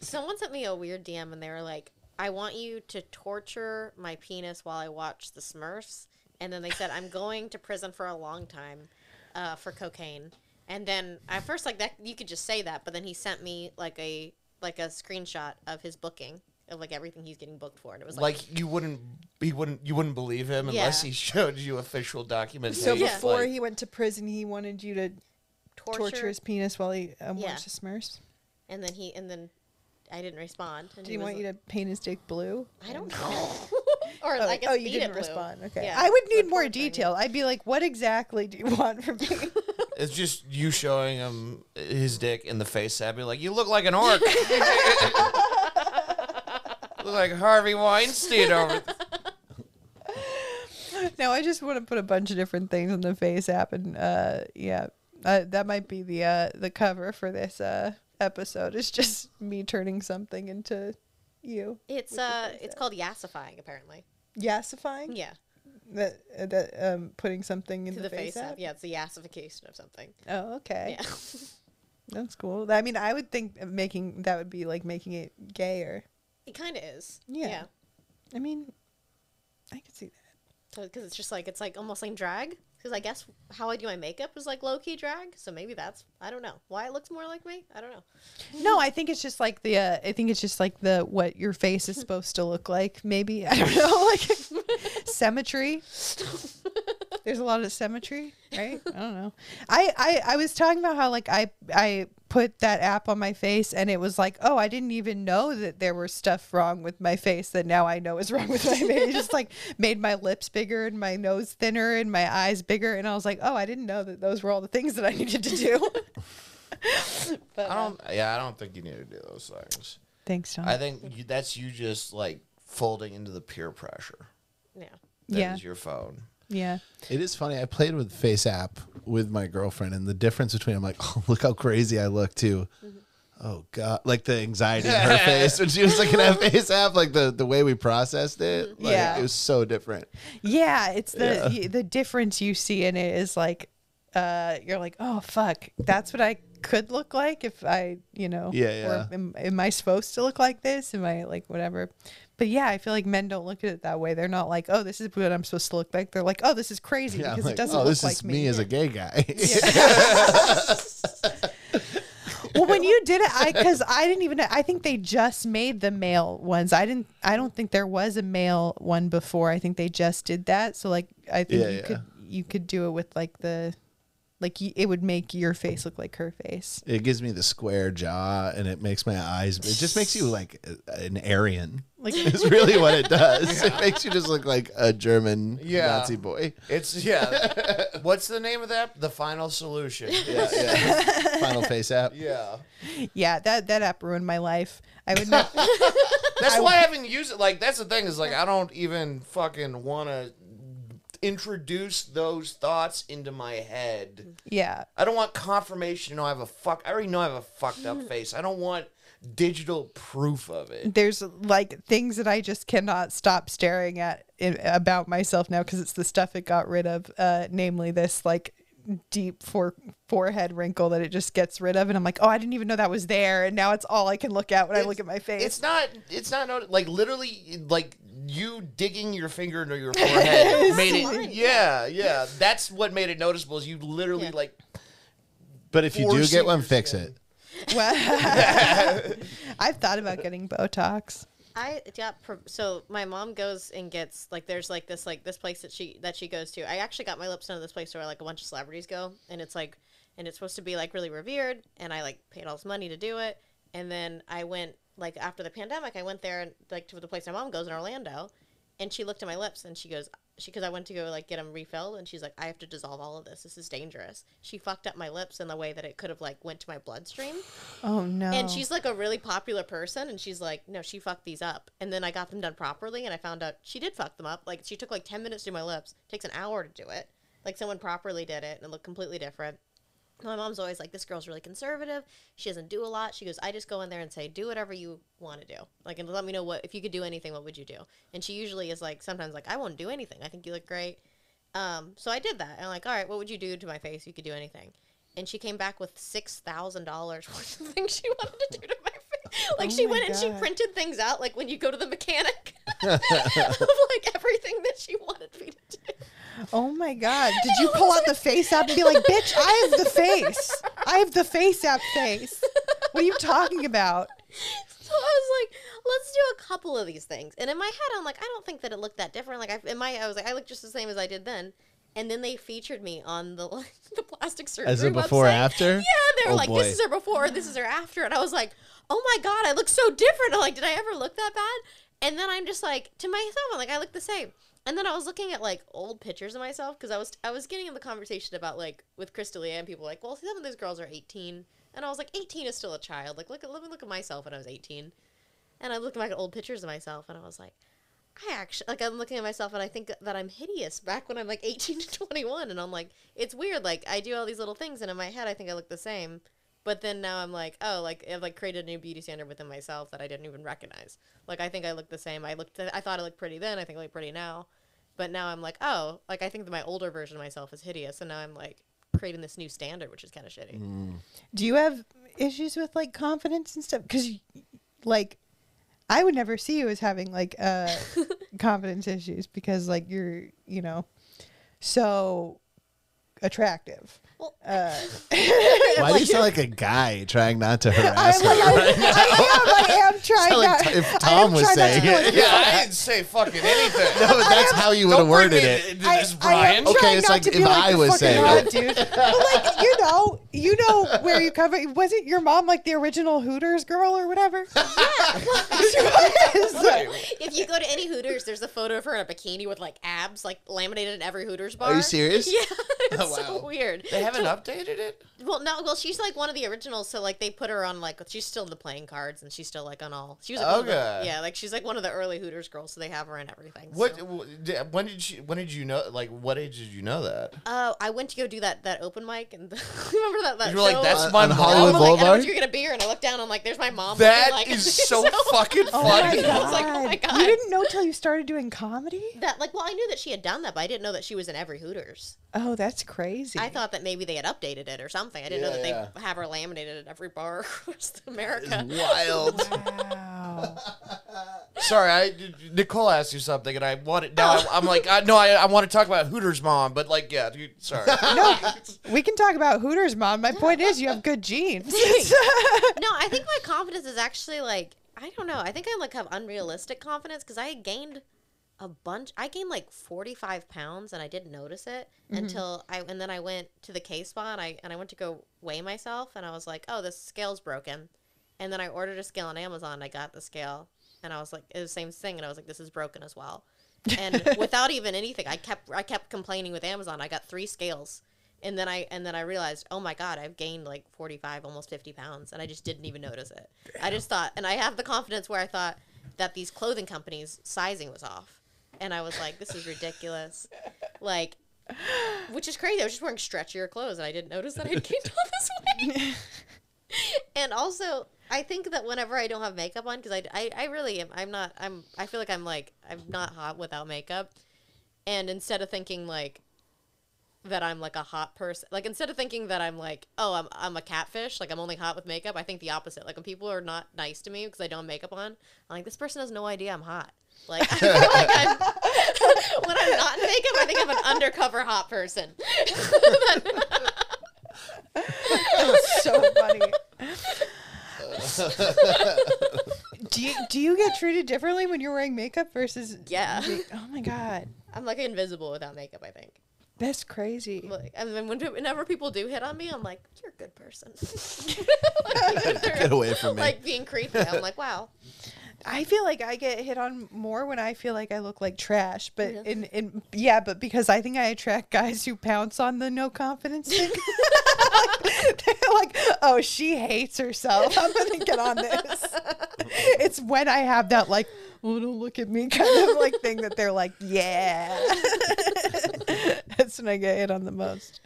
Someone sent me a weird DM and they were like, I want you to torture my penis while I watch the Smurfs. And then they said, I'm going to prison for a long time uh, for cocaine. And then at first, like that, you could just say that. But then he sent me like a like a screenshot of his booking of like everything he's getting booked for, and it was like,
Like you wouldn't he wouldn't you wouldn't believe him unless
Yeah.
he showed you official documentation.
So
Yeah.
before
like-
he went to prison, he wanted you to torture,
torture.
his penis while he um,
Yeah.
watched the Smurfs.
And then he and then I didn't respond. And
Did he want you to paint his dick blue?
I don't know. or
Oh,
I guess
oh, you
beat
didn't
it blue.
respond. Okay.
Yeah,
I would
for
need more
torture, I mean.
detail. I'd be like, what exactly do you want from me?
it's just you showing him his dick in the face I'd be like, You look like an orc. look like Harvey Weinstein over
no, I just want to put a bunch of different things on the face app, and uh, yeah, uh, that might be the uh, the cover for this uh, episode. It's just me turning something into you.
It's uh, it's called yassifying apparently.
Yassifying?
Yeah,
That, uh, that um, putting something in
to
the,
the, face, up.
Yeah.
Yeah, it's the yassification of something.
Oh, okay.
Yeah.
That's cool. I mean, I would think of making that would be like making it gayer.
It kind of is.
Yeah. I mean, I could see that.
Because it's just like, it's like almost like drag. Because I guess how I do my makeup is like low key drag. So maybe that's, I don't know. Why it looks more like me? I don't know.
No, I think it's just like the. Uh, I think it's just like the what your face is supposed to look like. Maybe I don't know, like symmetry. There's a lot of symmetry, right? I don't know. I, I I was talking about how like I I put that app on my face and it was like, oh, I didn't even know that there were stuff wrong with my face that now I know is wrong with my face. It just like made my lips bigger and my nose thinner and my eyes bigger, and I was like, oh, I didn't know that those were all the things that I needed to do. but
I
uh,
don't yeah, I don't think you need to do those things.
thanks, Tom.
I think you, that's you just like folding into the peer pressure.
Yeah.
That is
Yeah.
your phone.
yeah.
It is funny. I played with Face app with my girlfriend, and the difference between I'm like, oh, look how crazy I look too.
Mm-hmm.
Oh god, like the anxiety in her face when she was looking at Face app, like the the way we processed it. Like,
Mm-hmm. Yeah.
it was so different.
Yeah, it's the y the difference you see in it is like uh you're like, "Oh fuck, that's what I could look like if I, you know,
Yeah,
Or am, am I supposed to look like this? Am I like whatever? But yeah, I feel like men don't look at it that way. They're not like, oh, this is what I'm supposed to look like. They're like, oh, this is crazy
Yeah, I'm
because
like,
it doesn't
oh,
look
this
like
is me, as a gay guy.
well, when you did it, I because I didn't even. I think they just made the male ones. I didn't. I don't think there was a male one before. I think they just did that. So like, I think
Yeah,
you
yeah.
could you could do it with like the, like y- it would make your face look like her face.
it gives me the square jaw, and it makes my eyes. It just makes you like a- an Aryan.
Like
It's really what it does. It makes you just look like a German
Yeah.
Nazi boy.
It's yeah. What's the name of that? The Final Solution.
Yeah, yeah. Final face app.
Yeah.
yeah, that that app ruined my life. I would not.
That's why I haven't used it. Like that's the thing is like I don't even fucking want to introduce those thoughts into my head.
yeah.
I don't want confirmation to know I have a fuck. I already know I have a fucked up face. I don't want digital proof of it.
there's like things that I just cannot stop staring at in, about myself now because it's the stuff it got rid of, uh, namely this like deep for, forehead wrinkle that it just gets rid of, and I'm like, oh, I didn't even know that was there, and now it's all I can look at when I look at my face.
It's not. It's not. noti- Like literally, like you digging your finger into your forehead made it.
Fine.
Yeah, yeah. That's what made it noticeable. Is you literally
Yeah.
like
But if you
Or
do get one,
seniors,
fix
yeah.
it.
Well, I've thought about getting Botox.
I got pro- so my mom goes and gets like there's like this like this place that she that she goes to. I actually got my lips done at this place where like a bunch of celebrities go, and it's like and it's supposed to be like really revered, and I like paid all this money to do it, and then I went like after the pandemic, I went there and like to the place my mom goes in Orlando, and she looked at my lips and she goes she because I went to go like get them refilled, and she's like I have to dissolve all of this. This is dangerous. She fucked up my lips in the way that it could have like went to my bloodstream.
Oh no!
And she's like a really popular person, and she's like, no, she fucked these up. And then I got them done properly, and I found out she did fuck them up. Like she took like ten minutes to do my lips. Takes an hour to do it. Like someone properly did it, and it looked completely different. My mom's always like, this girl's really conservative. She doesn't do a lot. She goes, I just go in there and say, do whatever you want to do. Like, and let me know what if you could do anything, what would you do? And she usually is like, sometimes like, I won't do anything. I think you look great. Um, so I did that. And I'm like, all right, what would you do to my face? You could do anything. And she came back with six thousand dollars worth of things she wanted to do to my face. Like
Oh
she
my
went and she
God.
printed things out, like when you go to the mechanic, of like everything that she wanted me to do.
oh my god! Did you pull out the face app and be like, bitch, I have the face. I have the face app face. What are you talking about?
So I was like, let's do a couple of these things. And in my head, I'm like, I don't think that it looked that different. Like, I, in my, I was like, I look just the same as I did then. And then they featured me on the the plastic surgery
As a before
website.
after?
Yeah, they were
Oh,
like,
boy.
this is her before, this is her after, and I was like, oh my god, I look so different. I'm like, did I ever look that bad? And then I'm just like to myself, I'm like, I look the same. And then I was looking at like old pictures of myself because I was I was getting in the conversation about like with Crystalia and people were like, well, some of these girls are 18, and I was like, 18 is still a child. Like, look at let me look at myself when I was 18. And I looked back at old pictures of myself and I was like, I actually like I'm looking at myself and I think that I'm hideous back when I'm like 18 to 21 and I'm like it's weird like I do all these little things and in my head I think I look the same but then now I'm like oh like I've like created a new beauty standard within myself that I didn't even recognize like I think I look the same I looked I thought I looked pretty then I think I look pretty now but now I'm like oh like I think that my older version of myself is hideous and now I'm like creating this new standard which is kind of shitty
Mm.
Do you have issues with like confidence and stuff? Because like I would never see you as having like uh confidence issues because like you're you know so attractive.
well
Uh, Why do you sound like a guy trying not to
I'm
harass her?
like, I, I am. I am trying
Sound like
not.
t- if
I am
Tom was
trying not to
saying
go
it.
against-
yeah. I didn't say fucking anything.
No, but that's how you would have worded it.
I,
This
I am
Brian.
Okay,
trying
it's
not
like
to be
if
like
I
the
was
fucking
saying
hot
it.
dude. But like you know, you know where you come. from. Wasn't your mom like the original Hooters girl or whatever? Yeah.
if you go to any Hooters, there's a photo of her in a bikini with like abs, like laminated in every Hooters bar.
you serious? Oh,
Yeah, it's
wow.
so weird.
They haven't updated it.
Well, no, well, she's like one of the originals, so like they put her on like she's still in the playing cards, and she's still like on all. She was like, one of the-
Okay.
yeah, like she's like one of the early Hooters girls, so they have her in everything.
What?
so.
w- di- When did you? When did you know? Like, what age did you know that?
Oh, I went to go do that that open mic, and remember that that
You were like,
show?
"That's
And
my
Uh, On
mom."
I was like, I don't
Hollywood
know
Boulevard?
what you're gonna be here, and I looked down, I'm like, there's my mom.
That
looking like-
is so
Oh
fucking funny.
I was like, oh my God.
You didn't know till you started doing comedy?
That like, well, I knew that she had done that, but I didn't know that she was in every Hooters.
Oh, that's crazy.
I thought that maybe they had updated it or something. I didn't know
Yeah,
that they
yeah.
have her laminated at every bar across America.
Wild.
wow.
Sorry, I, Nicole asked you something, and I want it. Now I, I'm like, I, no, I, I want to talk about Hooters mom, but like, yeah, dude, sorry.
we can talk about Hooters, mom. My point is, you have good genes.
No, I think my confidence is actually like I don't know. I think I like have unrealistic confidence because I gained a bunch. I gained like forty five pounds, and I didn't notice it until I. And then I went to the K spa, and I and I went to go weigh myself, and I was like, oh, this scale's broken. And then I ordered a scale on Amazon. and I got the scale, and I was like, it was the same thing, and I was like, this is broken as well. And without even anything, I kept I kept complaining with Amazon. I got three scales, and then I and then I realized, oh my god, I've gained like forty five, almost fifty pounds, and I just didn't even notice it. I just thought, and I have the confidence where I thought that these clothing companies sizing was off, and I was like, this is ridiculous, like. Which is crazy. I was just wearing stretchier clothes, and I didn't notice that I would gained all this weight and also i think that whenever i don't have makeup on because I, I i really am i'm not i'm i feel like i'm like i'm not hot without makeup and instead of thinking like that i'm like a hot person like instead of thinking that i'm like oh i'm, I'm a catfish like i'm only hot with makeup i think the opposite like when people are not nice to me because i don't have makeup on i'm like this person has no idea i'm hot like, I feel like I'm, when i'm not in makeup i think i'm an undercover hot person
That's so funny. do you do you get treated differently when you're wearing makeup versus?
Yeah.
Oh my god,
i'm like invisible without makeup i think
that's crazy.
Like, and then when, whenever people do hit on me, I'm like, "You're a good person."
Get away from me.
Like being creepy, I'm like, "Wow."
I feel like I get hit on more when I feel like I look like trash, but
Really?
in in yeah, but because I think I attract guys who pounce on the no confidence thing. like, they're like, oh, she hates herself. I'm gonna get on this. it's when I have that like, oh, don't look at me kind of like thing that they're like, yeah. That's when I get hit on the most,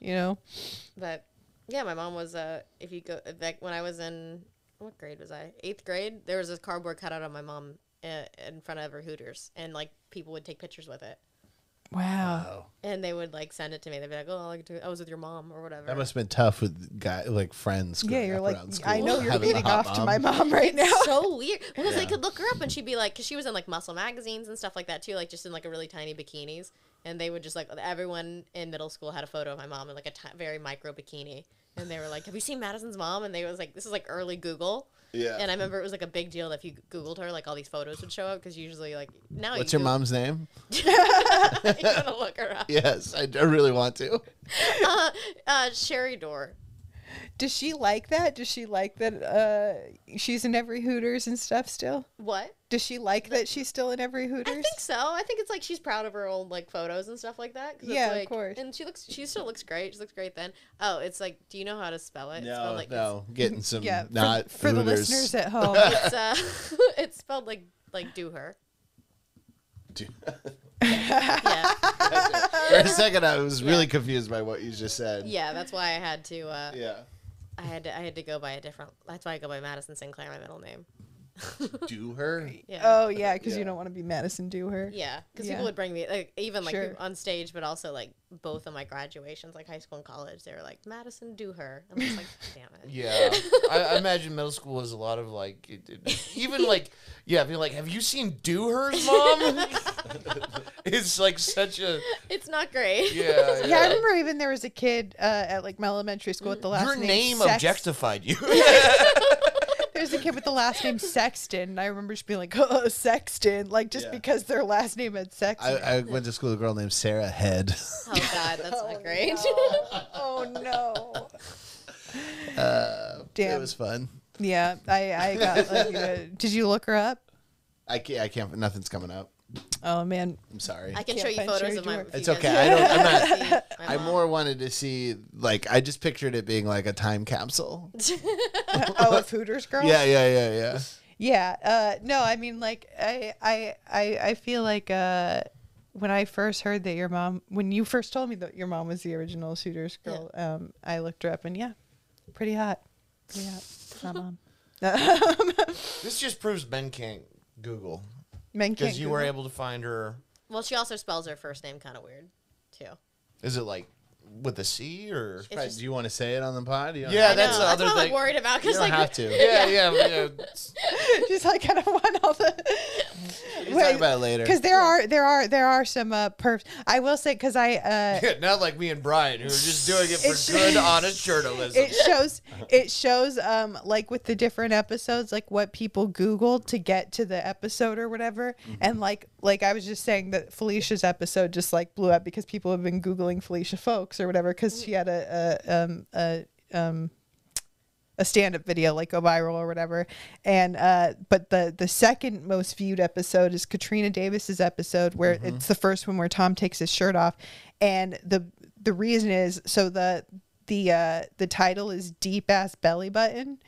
you know.
But yeah, my mom was. Uh, if you go back when I was in what grade was I? Eighth grade. There was this cardboard cutout of my mom uh, in front of her Hooters, and like people would take pictures with it,
Wow.
and they would like send it to me. They'd be like, "Oh, I, like to- I was with your mom or whatever."
That must have been tough with guy like friends.
Yeah,
growing
you're
up
like,
around
I
school,
know you're
having a
beating
hot
off to my mom right now.
It's so weird because they
Yeah.
could look her up and she'd be like, because she was in like muscle magazines and stuff like that too, like just in like a really tiny bikinis. And they would just like everyone in middle school had a photo of my mom in like a ti very micro bikini, and they were like, "Have you seen Madison's mom?" And they was like, "This is like early Google."
Yeah.
And I remember it was like a big deal that if you googled her, like all these photos would show up because usually like now
What's
you
your
Goog-
mom's name?
you gotta look her up.
Yes, I, I really want to.
Uh, Sherry Door.
Does she like that? Does she like that uh, she's in every Hooters and stuff still?
What?
Does she like that she's still in every
I
Hooters?
think so. I think it's like she's proud of her old like photos and stuff like that. 'cause it's,
Yeah, of
like-
course.
And she looks, she still looks great. She looks great then. Oh, it's like, do you know how to spell it? It's spelled like
no, getting some
Yeah, for-
not
for, the
Hooters.
listeners at home.
It's, it's, uh, it's spelled like like do her. Yeah,
For a second, I was really confused by what you just said.
yeah. That's why I had to. Uh,
Yeah.
I had to. I had to go by a different. That's why I go by Madison Sinclair, my middle name.
Do her.
Yeah.
Oh yeah, because you
Yeah.
don't want to be Madison Dewher.
Yeah, because
Yeah.
people would bring me like even like
Sure.
people on stage, but also like both of my graduations, like high school and college, they were like Madison do her. I'm just like, damn it.
Yeah, I, I imagine middle school was a lot of like, it, it- even like, yeah, being like, have you seen Do Her's mom? it's like such a
It's not great.
yeah.
Yeah, I remember even there was a kid uh, at like my elementary school
Mm.
with the last
Your name
Sex-
objectified you.
There was a kid with the last name Sexton. And I remember just being like, oh, Sexton, like just
Yeah.
because their last name had Sexton.
I, I went to school with a girl named Sarah Head.
Oh God, that's not great.
oh no.
Uh,
Damn.
It was fun.
Yeah, I, I got. Like, uh, did you look her up?
I can't, I can't. Nothing's coming up.
Oh man,
I'm sorry.
I can
Can't
show you
find
photos
Sherry
of my.
Jordan.
if you
It's
guys
okay,
want
I don't-
to
I'm
see my
I
mom.
more wanted to see like I just pictured it being like a time capsule.
oh, with Hooters girl.
Yeah, yeah, yeah, yeah.
Yeah. Uh, no, I mean, like, I, I, I, I feel like uh, when I first heard that your mom, when you first told me that your mom was the original Shooters girl, um, I looked her up and yeah, pretty hot. Pretty hot. My mom.
this just proves men can't Google
Men can't.
because you were
Google.
able to find her.
Well, she also spells her first name kind of weird, too.
Is it like with a C or?
It's
Right,
just-
do you want to say it on the pod? You don't
Yeah,
have to.
that's
I know,
the other
what I'm
thing.
like, worried about
You
because
don't
like
have to.
Yeah, yeah, yeah.
Just like kind of want all the
We can talk about it later.
because there are there are there are some uh, perfs. I will say because I uh,
Yeah, not like me and Brian, who are just doing it for
It's-
good, honest journalism.
it shows it shows um like with the different episodes like what people googled to get to the episode or whatever and like like i was just saying that felicia's episode just like blew up because people have been googling felicia folks or whatever because she had a, a um a um a stand-up video like go viral or whatever and uh but the the second most viewed episode is katrina davis's episode where it's the first one where tom takes his shirt off and the the reason is so the the uh the title is deep ass belly button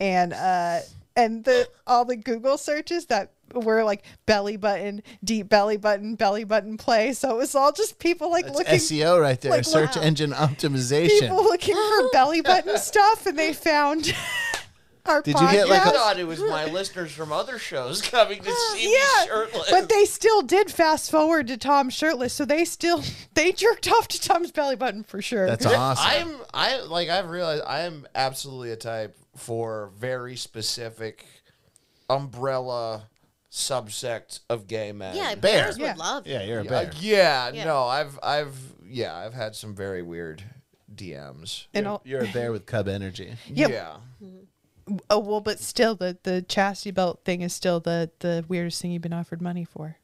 and uh and the all the google searches that were like belly button deep belly button belly button play so it was all just people like
That's E
looking
SEO right there,
like,
search
wow.
engine
people
optimization.
looking for belly button stuff and they found our
Did
podcast.
you get, like,
I
a-
thought it was my listeners from other shows coming to see me
yeah,
shirtless.
but they still did fast forward to Tom shirtless, so they still they jerked off to Tom's belly button for sure.
That's awesome.
I'm I like I've realized I am absolutely a type for very specific umbrella subsect of gay men.
yeah,
Bear.
bears
Yeah.
would love.
yeah, you're a
Uh,
bear.
yeah,
Yeah.
no, I've I've yeah, I've had some very weird DMs.
and all,
You're a bear with cub energy.
Yeah.
Yeah.
oh well, but still the the chastity belt thing is still the the weirdest thing you've been offered money for.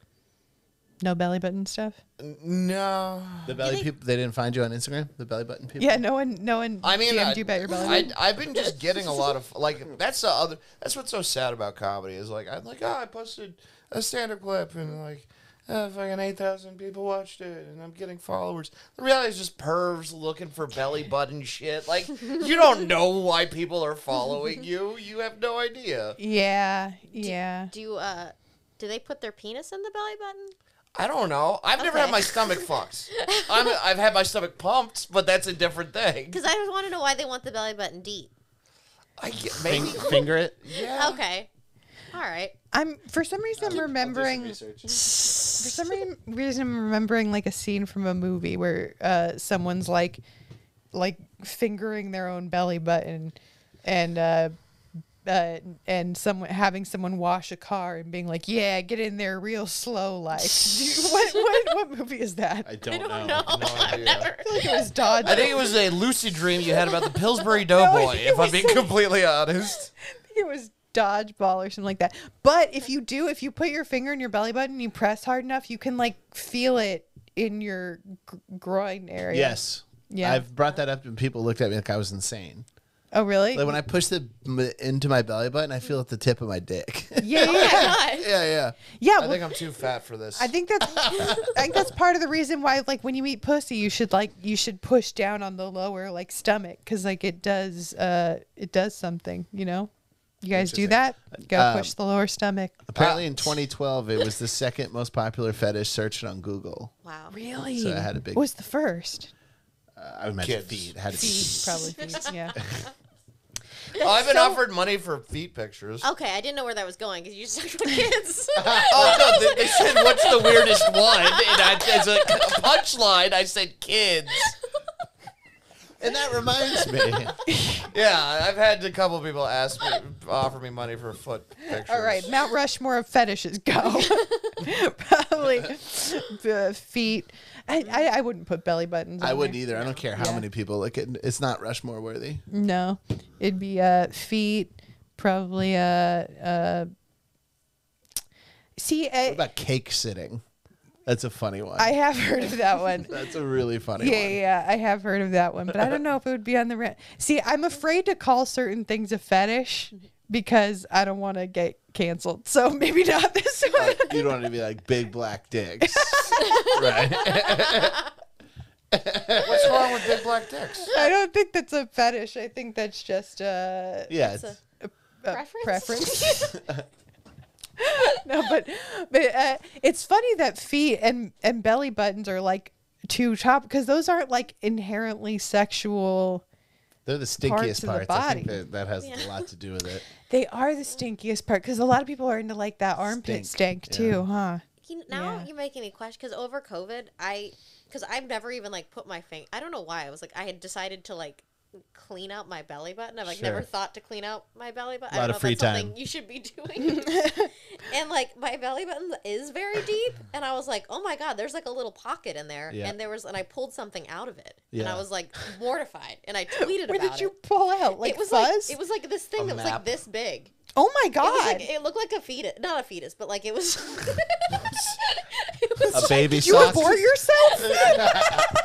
No belly button stuff.
N- No.
The belly people, they didn't find you on Instagram? The belly button people?
Yeah, no one no one
I mean,
DM'd
I,
you about your belly button.
I, have been just getting a lot of like that's the other that's what's so sad about comedy is like I'm like oh I posted a stand-up clip and like oh, fucking eight thousand people watched it and I'm getting followers. The reality is just pervs looking for belly button shit. Like you don't know why people are following you. You have no idea.
yeah, yeah.
Do you, uh, do they put their penis in the belly button?
I don't know. I've never had
Okay.
my stomach fucked. I'm, I've had my stomach pumped, but that's a different thing.
Because I want to know why they want the belly button deep.
I get,
Fing-
maybe
Finger it?
yeah.
Okay, all right.
I'm for some reason I'm remembering for some re- reason I'm remembering like a scene from a movie where uh, someone's like like fingering their own belly button and uh, uh, and someone having someone wash a car and being like, "Yeah, get in there real slow like." Do you- what, what what movie is that? I,
don't,
don't know.
No
I've
idea.
never.
feel like it was Dodge.
I think it was a lucid dream you had about the Pillsbury Doughboy,
think it
if I'm
was
being completely honest.
it was dodgeball or something like that. But if you do, if you put your finger in your belly button, and you press hard enough, you can like feel it in your gr- groin area.
Yes.
Yeah.
I've brought that up and people looked at me like I was insane.
Oh, really?
Like when I push the m- into my belly button, I feel at the tip of my dick.
yeah, yeah, yeah.
God.
yeah, yeah.
yeah
I
well,
think I'm too fat for this.
I think that's I think that's part of the reason why like when you eat pussy you should like you should push down on the lower like stomach cuz like it does uh it does something, you know? You guys do
Interesting.
that? Go
Um,
push the lower stomach.
Apparently, in 2012, it was the second most popular fetish searched on Google.
Wow.
Really?
So I had a big-
What was the first?
Uh, I would imagine
Kids.
feet had to be
Feet, probably feet. Yeah.
oh, I've been offered money for feet pictures. Oh,
Okay, I didn't know where that was going because you just talked about kids.
no, they, they said, what's the weirdest one? And I, as a punchline, I said kids.
And that reminds me.
Yeah, I've had a couple people ask me, offer me money for foot pictures.
All right, Mount Rushmore of fetishes go. Probably uh, feet. I, I I wouldn't put belly buttons.
I
on
wouldn't
there.
either. I don't care how
Yeah.
many people look at It's not Rushmore worthy.
No, it'd be uh feet, probably uh uh. See,
What
I,
about cake sitting? That's a funny one.
I have heard of that one.
That's a really funny
Yeah,
one.
yeah, yeah, I have heard of that one, but I don't know if it would be on the rent. See, I'm afraid to call certain things a fetish because I don't want to get canceled. So maybe not this one.
You don't want to be like big black dicks. right.
What's wrong with big black dicks?
I don't think that's a fetish. I think that's just uh,
Yeah. it's-
a
Preference?
Uh, preference. no, but but uh, it's funny that feet and and belly buttons are like two top because those aren't like inherently sexual.
They're the stinkiest parts.
of the
I think
body.
that, that has
Yeah.
a lot to do with it.
They are the stinkiest part because a lot of people are into like that armpit
Stink,
stank, too, huh?
You, now
Yeah.
you're making me question because over COVID, I because I've never even like put my finger. I don't know why. I was like I had decided to like clean out my belly button. I've like never
Sure.
thought to clean out my belly button.
Lot
I don't
of
know
free
if that's something
time.
you should be doing. and like my belly button is very deep, and I was like, oh my god, there's like a little pocket in there,
Yeah.
and there was and I pulled something out of it, and
Yeah.
I was like mortified, and I tweeted
Where
about
did you
it.
pull out? Like
it was
fuzz?
like it was like this thing
A
that was
map.
like this big.
oh my
It was
god!
like it looked like a fetus, not a fetus, but like it was.
A baby
Did you
sock.
abort yourself?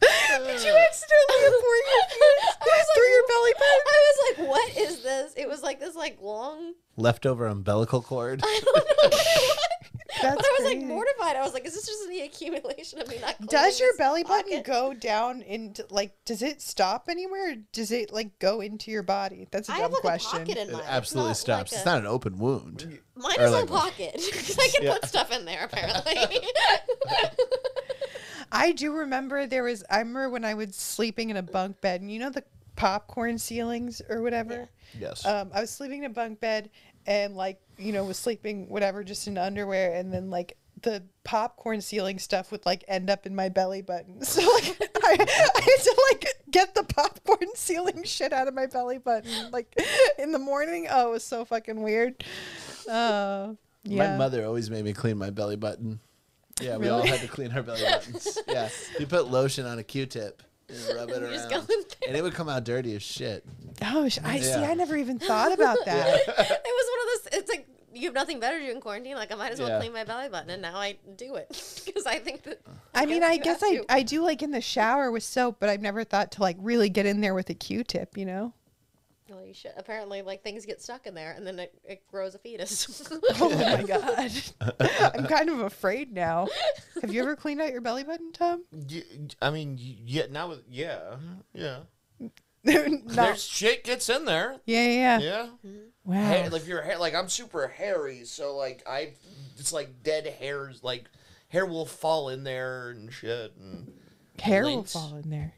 Did you accidentally abort your through your belly button?
I was like, "What is this?" It was like this, like long.
Leftover umbilical cord.
That's
but I was like
crazy.
mortified. I was like, "Is this just the accumulation of me not?"
Does
cleaning
your
this
belly button
pocket?"
go down into like? Does it stop anywhere? Or does it like go into your body? That's a
I
dumb
have like
question.
a pocket in
It
mine. It's
absolutely
not
stops.
like
it's
a-
not an open wound.
Mine
or
is
like-
a pocket 'Cause I can
Yeah.
put stuff in there apparently.
I do remember there was. I remember when I was sleeping in a bunk bed, and you know the popcorn ceilings or whatever.
Yes.
Um, I was sleeping in a bunk bed, and like you know was sleeping whatever just in underwear, and then like the popcorn ceiling stuff would like end up in my belly button. So like I, I had to like get the popcorn ceiling shit out of my belly button like in the morning. Oh, it was so fucking weird. Oh. Yeah.
My mother always made me clean my belly button. Yeah, we all had to clean our belly buttons. yeah, you put lotion on a Q-tip and rub it
You just
around,
go in there.
and it would come out dirty as shit.
Oh, sh- I see.
Yeah.
I never even thought about that.
it was one of those. It's like you have nothing better to do in quarantine. Like I might as well
Yeah.
clean my belly button, and now I do it because I think that.
I mean, I
you
guess
have
I,
to.
I do like in the shower with soap, but I've never thought to like really get in there with a Q-tip, you know?
Well, you should. Apparently, like things get stuck in there, and then it, it grows a fetus.
Oh my god, I'm kind of afraid now. Have you ever cleaned out your belly button, Tom?
Y- I mean, y- yeah, now with yeah, yeah.
Not.
There's shit gets in there.
Yeah, yeah, yeah.
Yeah,
Wow.
Hair- like your hair, like I'm super hairy, so like I, it's like dead hairs, like hair will fall in there and shit. And
Hair will
links.
fall in there.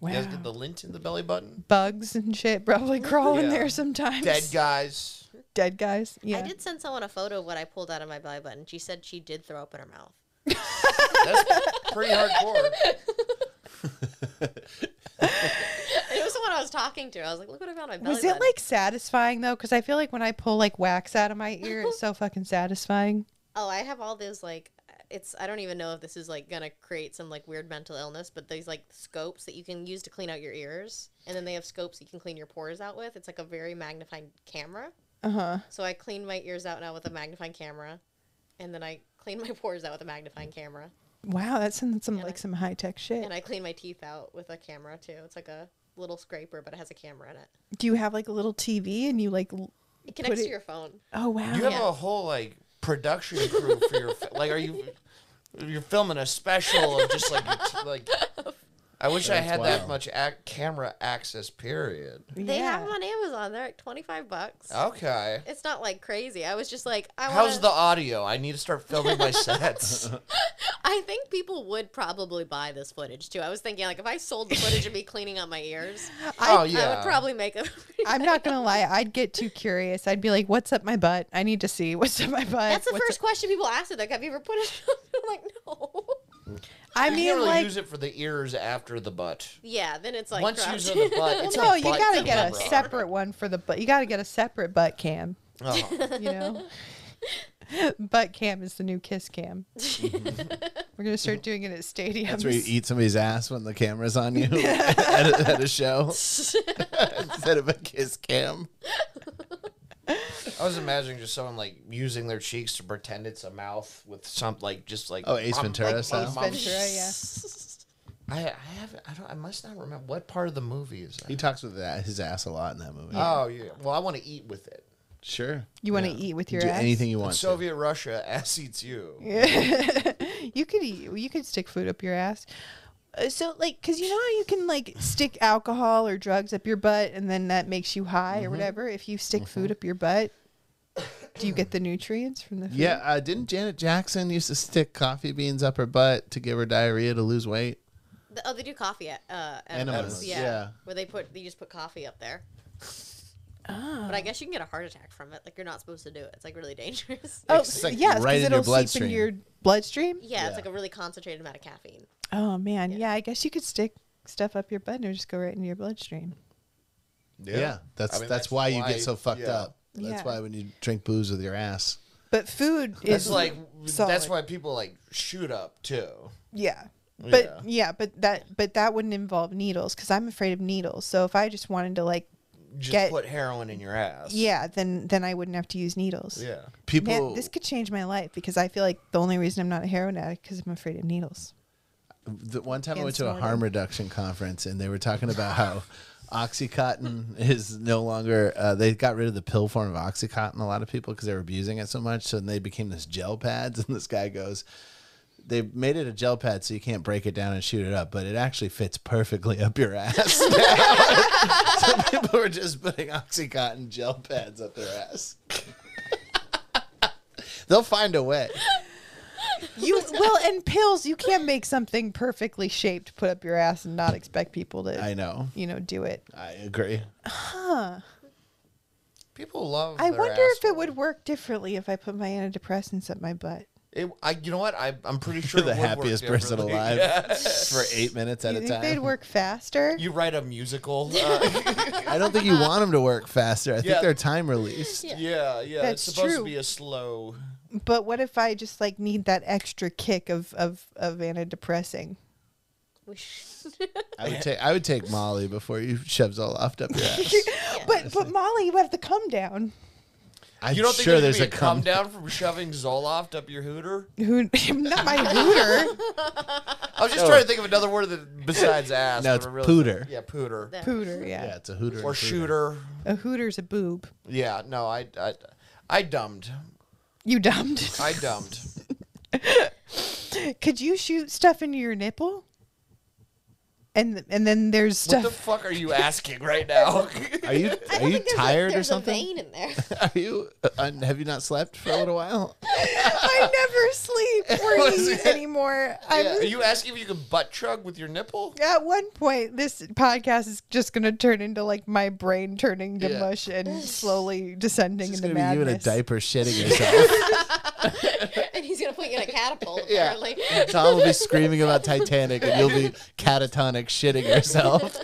you
Wow.
guys get the lint in the belly button.
Bugs and shit probably crawl in
Yeah.
there sometimes.
Dead guys.
Dead guys. Yeah.
I did send someone a photo of what I pulled out of my belly button. She said she did throw up in her mouth.
That's pretty hardcore.
And it was someone I was talking to. I was like, "Look what I found in my belly
Was
button."
it like satisfying though? Because I feel like when I pull like wax out of my ear, it's so fucking satisfying.
Oh, I have all those like it's I don't even know if this is like gonna create some like weird mental illness, but these like scopes that you can use to clean out your ears, and then they have scopes you can clean your pores out with. It's like a very magnified camera.
Uh huh.
So I clean my ears out now with a magnifying camera, and then I clean my pores out with a magnifying camera,
Wow, that sounds some
And
like
I-
some high tech shit.
and I clean my teeth out with a camera too. It's like a little scraper, but it has a camera in it.
Do you have like a little TV and you like? l-
It connects
it-
to your phone.
Oh wow.
You have
Yeah.
a whole like production crew for your fi- like. Are you you're filming a special of just like your t- like. I wish I
That's
had
wild.
that much ac- camera access. Period.
They
yeah.
have them on Amazon. They're like twenty five bucks.
Okay.
It's not like crazy. I was just like, I
How's
wanna-
the audio? I need to start filming my sets.
I think people would probably buy this footage too. I was thinking like if I sold the footage of me cleaning out my ears,
oh
I
yeah.
would probably make a.
I'm not gonna lie. I'd get too curious. I'd be like, "What's up my butt? I need to see what's up my butt."
That's the
what's
first
up-"
question people ask. They're Like, have you ever put it? on?" I'm like, no.
I
You
mean,
can't really
like,
use it for the ears after the butt.
Yeah. Then it's like
Once you
gross.
use it the butt, it's
no,
a
you
butt
gotta get a
camera.
separate one for the butt. You gotta get a separate butt cam.
Oh.
You know, butt cam is the new kiss cam. We're gonna start doing it at stadiums.
That's where you eat somebody's ass when the camera's on you at, a, at a show instead of a kiss cam.
I was imagining just someone like using their cheeks to pretend it's a mouth with some like just like
Oh, Ace
mom-
Ventura
like,
style?
mom- mom-
Ventura, yeah.
I, I have I don't I must not remember what part of the movie is
He
that.
talks with that, his ass a lot in that movie.
Oh yeah. Well, I want to eat with it.
sure.
You want to
Yeah.
eat with
Do
your ass?
anything you want. to.
Soviet Russia ass eats you.
you could eat, you could stick food up your ass. Uh, So like, cause you know how you can like stick alcohol or drugs up your butt, and then that makes you high or whatever. If you stick food up your butt, do you get the nutrients from the food?
Yeah, uh, didn't Janet Jackson used to stick coffee beans up her butt to give her diarrhea to lose weight?
The- oh, they do coffee at uh, at
Enemas,
yeah,
yeah.
Where they put they just put coffee up there.
Oh.
But I guess you can get a heart attack from it. Like you're not supposed to do it. It's like really dangerous.
Oh,
It's like
yeah,
right
because
in
it'll
your
seep in your bloodstream.
Yeah,
Yeah.
it's like a really concentrated amount of caffeine.
Oh man, yeah. I guess you could stick stuff up your butt and it would just go right into your bloodstream.
Yeah, that's,
I mean,
that's why you get so fucked
yeah.
up. That's
Yeah.
why when you drink booze with your ass,
But food
It's
is
like
solid.
that's why people like shoot up too.
yeah. But yeah. but that but that wouldn't involve needles because I'm afraid of needles. So if I just wanted to like,
Just
Get-
put heroin in your ass.
yeah, then then I wouldn't have to use needles.
Yeah.
people.
Man, this could change my life because I feel like the only reason I'm not a heroin addict because I'm afraid of needles.
the one time I
And
went to a
snorted.
harm reduction conference and they were talking about how OxyContin is no longer, uh, they got rid of the pill form of OxyContin, a lot of people, because they were abusing it so much. So then they became this gel pads. And this guy goes, they made it a gel pad so you can't break it down and shoot it up, but it actually fits perfectly up your ass. now." so people were just putting OxyContin gel pads up their ass. They'll find a way.
You well, and pills. You can't make something perfectly shaped to put up your ass and not expect people to,
I know.
you know, do it.
I agree.
People love.
I
their
wonder if it
asshole.
would work differently if I put my antidepressants up my butt.
It, I, you know what? I, I'm pretty sure
You're the
it would work
happiest person
differently.
alive
Yeah.
for eight minutes at
you
a
think they'd
time.
work faster?
You write a musical. Uh,
I don't think you want them to work faster. I think
Yeah.
they're time released.
Yeah.
yeah, yeah.
That's
it's supposed
true.
to be a slow.
but what if I just like need that extra kick of of of antidepressing?
We should.
I would take I would take Molly before you shoves all off up your ass.
But but Molly, you have to come down.
I'm
you don't
sure
think
there's
be
a
a come
down.
down from shoving Zoloft up your hooter?
Who not my hooter
I was just trying to think of another word that besides ass.
No,
but
it's
I realized-
pooter.
Yeah, pooter.
That-
pooter? Yeah.
Yeah, it's a hooter. and
Or
a pooter.
shooter.
a hooter's a boob.
Yeah, no, I, I, I dumbed.
You dumbed.
I dumbed.
Could you shoot stuff into your nipple? And and then there's
what
stuff.
the fuck are you asking right now?
Are you
I
are
don't
you
think there's
tired
a,
or
there's
something?
A vein in there.
Are you uh, un, have you not slept for a little while?
I never sleep or
Was
eat
it-
anymore. I'm
Yeah, Are you asking if you can butt chug with your nipple?
At one point, this podcast is just going to turn into like my brain turning to
Yeah.
mush and slowly descending
It's
into
gonna be you in a
madness.
diaper shitting yourself.
and he's gonna put you in a catapult.
Yeah.
Apparently.
Tom will be screaming about Titanic, and you'll be catatonic shitting yourself.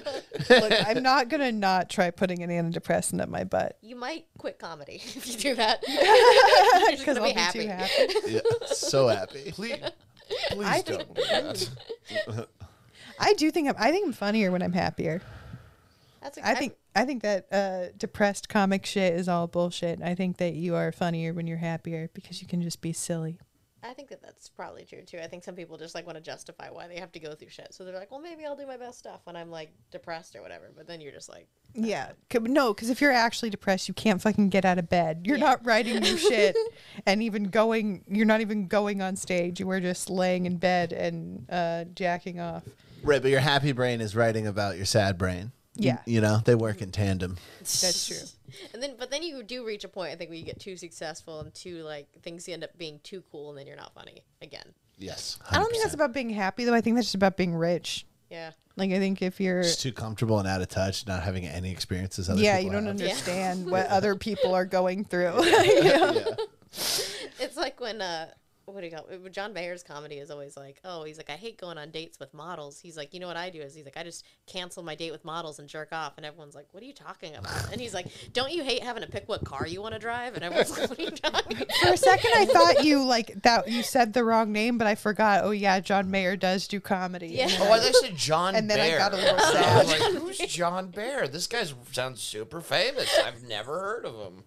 Look, I'm not going to not try putting an antidepressant up my butt
You might quit comedy if you do that. You're just
because
gonna
I'll
be
be,
happy.
too happy.
Yeah, so happy.
Please,
I
please
think-
don't do that.
I do think I'm. I think I'm funnier when I'm happier.
That's a,
I think. I think that uh, depressed comic shit is all bullshit. I think that you are funnier when you're happier because you can just be silly.
I think that that's probably true too. I think some people just like want to justify why they have to go through shit. So they're like, well, maybe I'll do my best stuff when I'm like depressed or whatever. But then you're just like,
Yeah. C- No, because if you're actually depressed, you can't fucking get out of bed. You're
Yeah.
not writing your shit and even going, you're not even going on stage. You were just laying in bed and uh, jacking off.
Right, but your happy brain is writing about your sad brain.
Yeah.
You know, they work in tandem.
That's true.
and then but then you do reach a point I think where you get too successful and too like things end up being too cool and then you're not funny again.
Yes.
I don't think that's
100%.
about being happy, though. I think that's just about being rich.
Yeah.
Like, I think if you're.
Just too comfortable and out of touch, not having any experiences. Other
Yeah, you
people
don't
have.
Yeah.
understand what other people are going through. you know?
It's like when uh what do you call it? John Mayer's comedy is always like, oh, he's like, I hate going on dates with models. He's like, you know what I do is he's like, I just cancel my date with models and jerk off, and everyone's like, what are you talking about? And he's like, don't you hate having to pick what car you want to drive? And everyone's like, what are you talking? about?"
For a second, I thought you like that. You said the wrong name, but I forgot. Oh yeah, John Mayer does do comedy.
Yeah.
Oh, I thought you said John
And then I
Bear.
got a little
I was like, who's John Bear? This guy sounds super famous. I've never heard of him.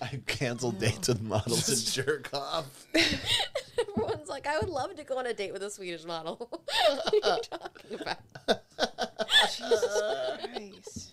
I canceled dates with models and jerk off.
everyone's like, I would love to go on a date with a Swedish model. what are you talking about?
Nice.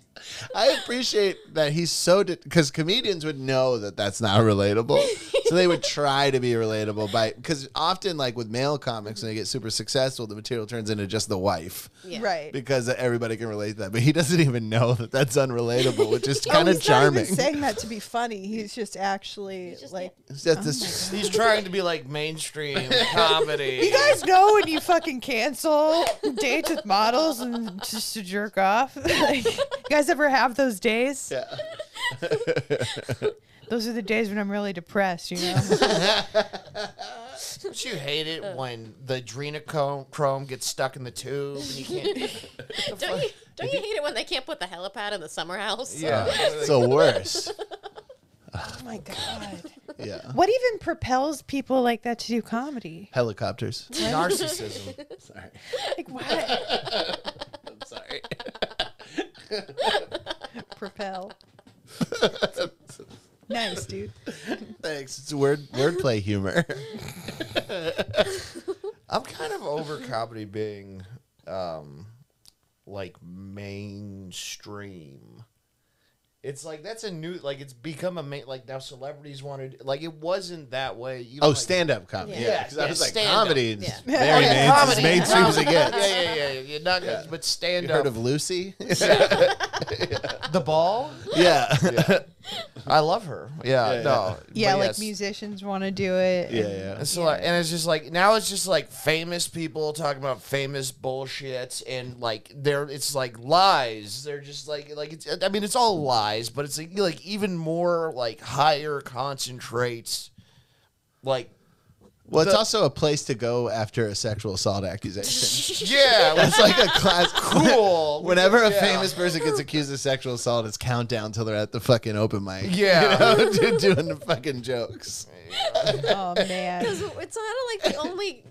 I appreciate that he's so because comedians would know that that's not relatable. so they would try to be relatable by because often like with male comics when they get super successful, the material turns into just the wife.
Yeah.
Right.
Because everybody can relate to that, but he doesn't even know that that's unrelatable, which is
Oh,
kind of
he's not even
charming.
saying that to be funny. He's just actually
just-
like.
It's
Oh
just this-
He's trying to be like mainstream comedy.
You guys know when you fucking cancel dates with models and just to jerk off? Like, you guys ever have those days?
yeah.
Those are the days when I'm really depressed, you know?
Don't you hate it when the adrenochrome chrome gets stuck in the tube and you can't?
Don't you don't you hate it when they can't put the helipad in the summer house?
it's the worst.
oh my God.
Yeah.
What even propels people like that to do comedy?
Helicopters.
narcissism.
Sorry.
Like, what?
I'm sorry.
Propel. nice, dude.
Thanks. It's word wordplay humor.
I'm kind of over comedy being um like mainstream. It's like that's a new like it's become a main like now celebrities wanted like it wasn't that way. You
Oh,
like-
stand up comedy.
Yeah.
Yeah, 'cause I
Yeah,
was like
stand-up.
comedy. is
Yeah.
Very
Yeah,
main,
comedy.
as mainstream as it
Yeah,
gets.
yeah, yeah, yeah. yeah, yeah. Not,
Yeah.
But stand
You heard
up.
of Lucy?
the ball?
yeah.
Yeah. I love her. Yeah,
Yeah,
no.
Yeah,
but
like
yes.
musicians want to do it.
Yeah,
and-
yeah.
And so, like, and it's just like now it's just like famous people talking about famous bullshit and like they're it's like lies. They're just like like it's I mean it's all lies, but it's like, like even more like higher concentrates like
Well, it's
The-
also a place to go after a sexual assault accusation.
yeah,
It's
that's
like a class.
cool.
Whenever a
Yeah.
famous person gets accused of sexual assault, it's countdown till they're at the fucking open mic.
Yeah.
You know, doing the fucking jokes.
Oh, man.
Because it's kind of like the only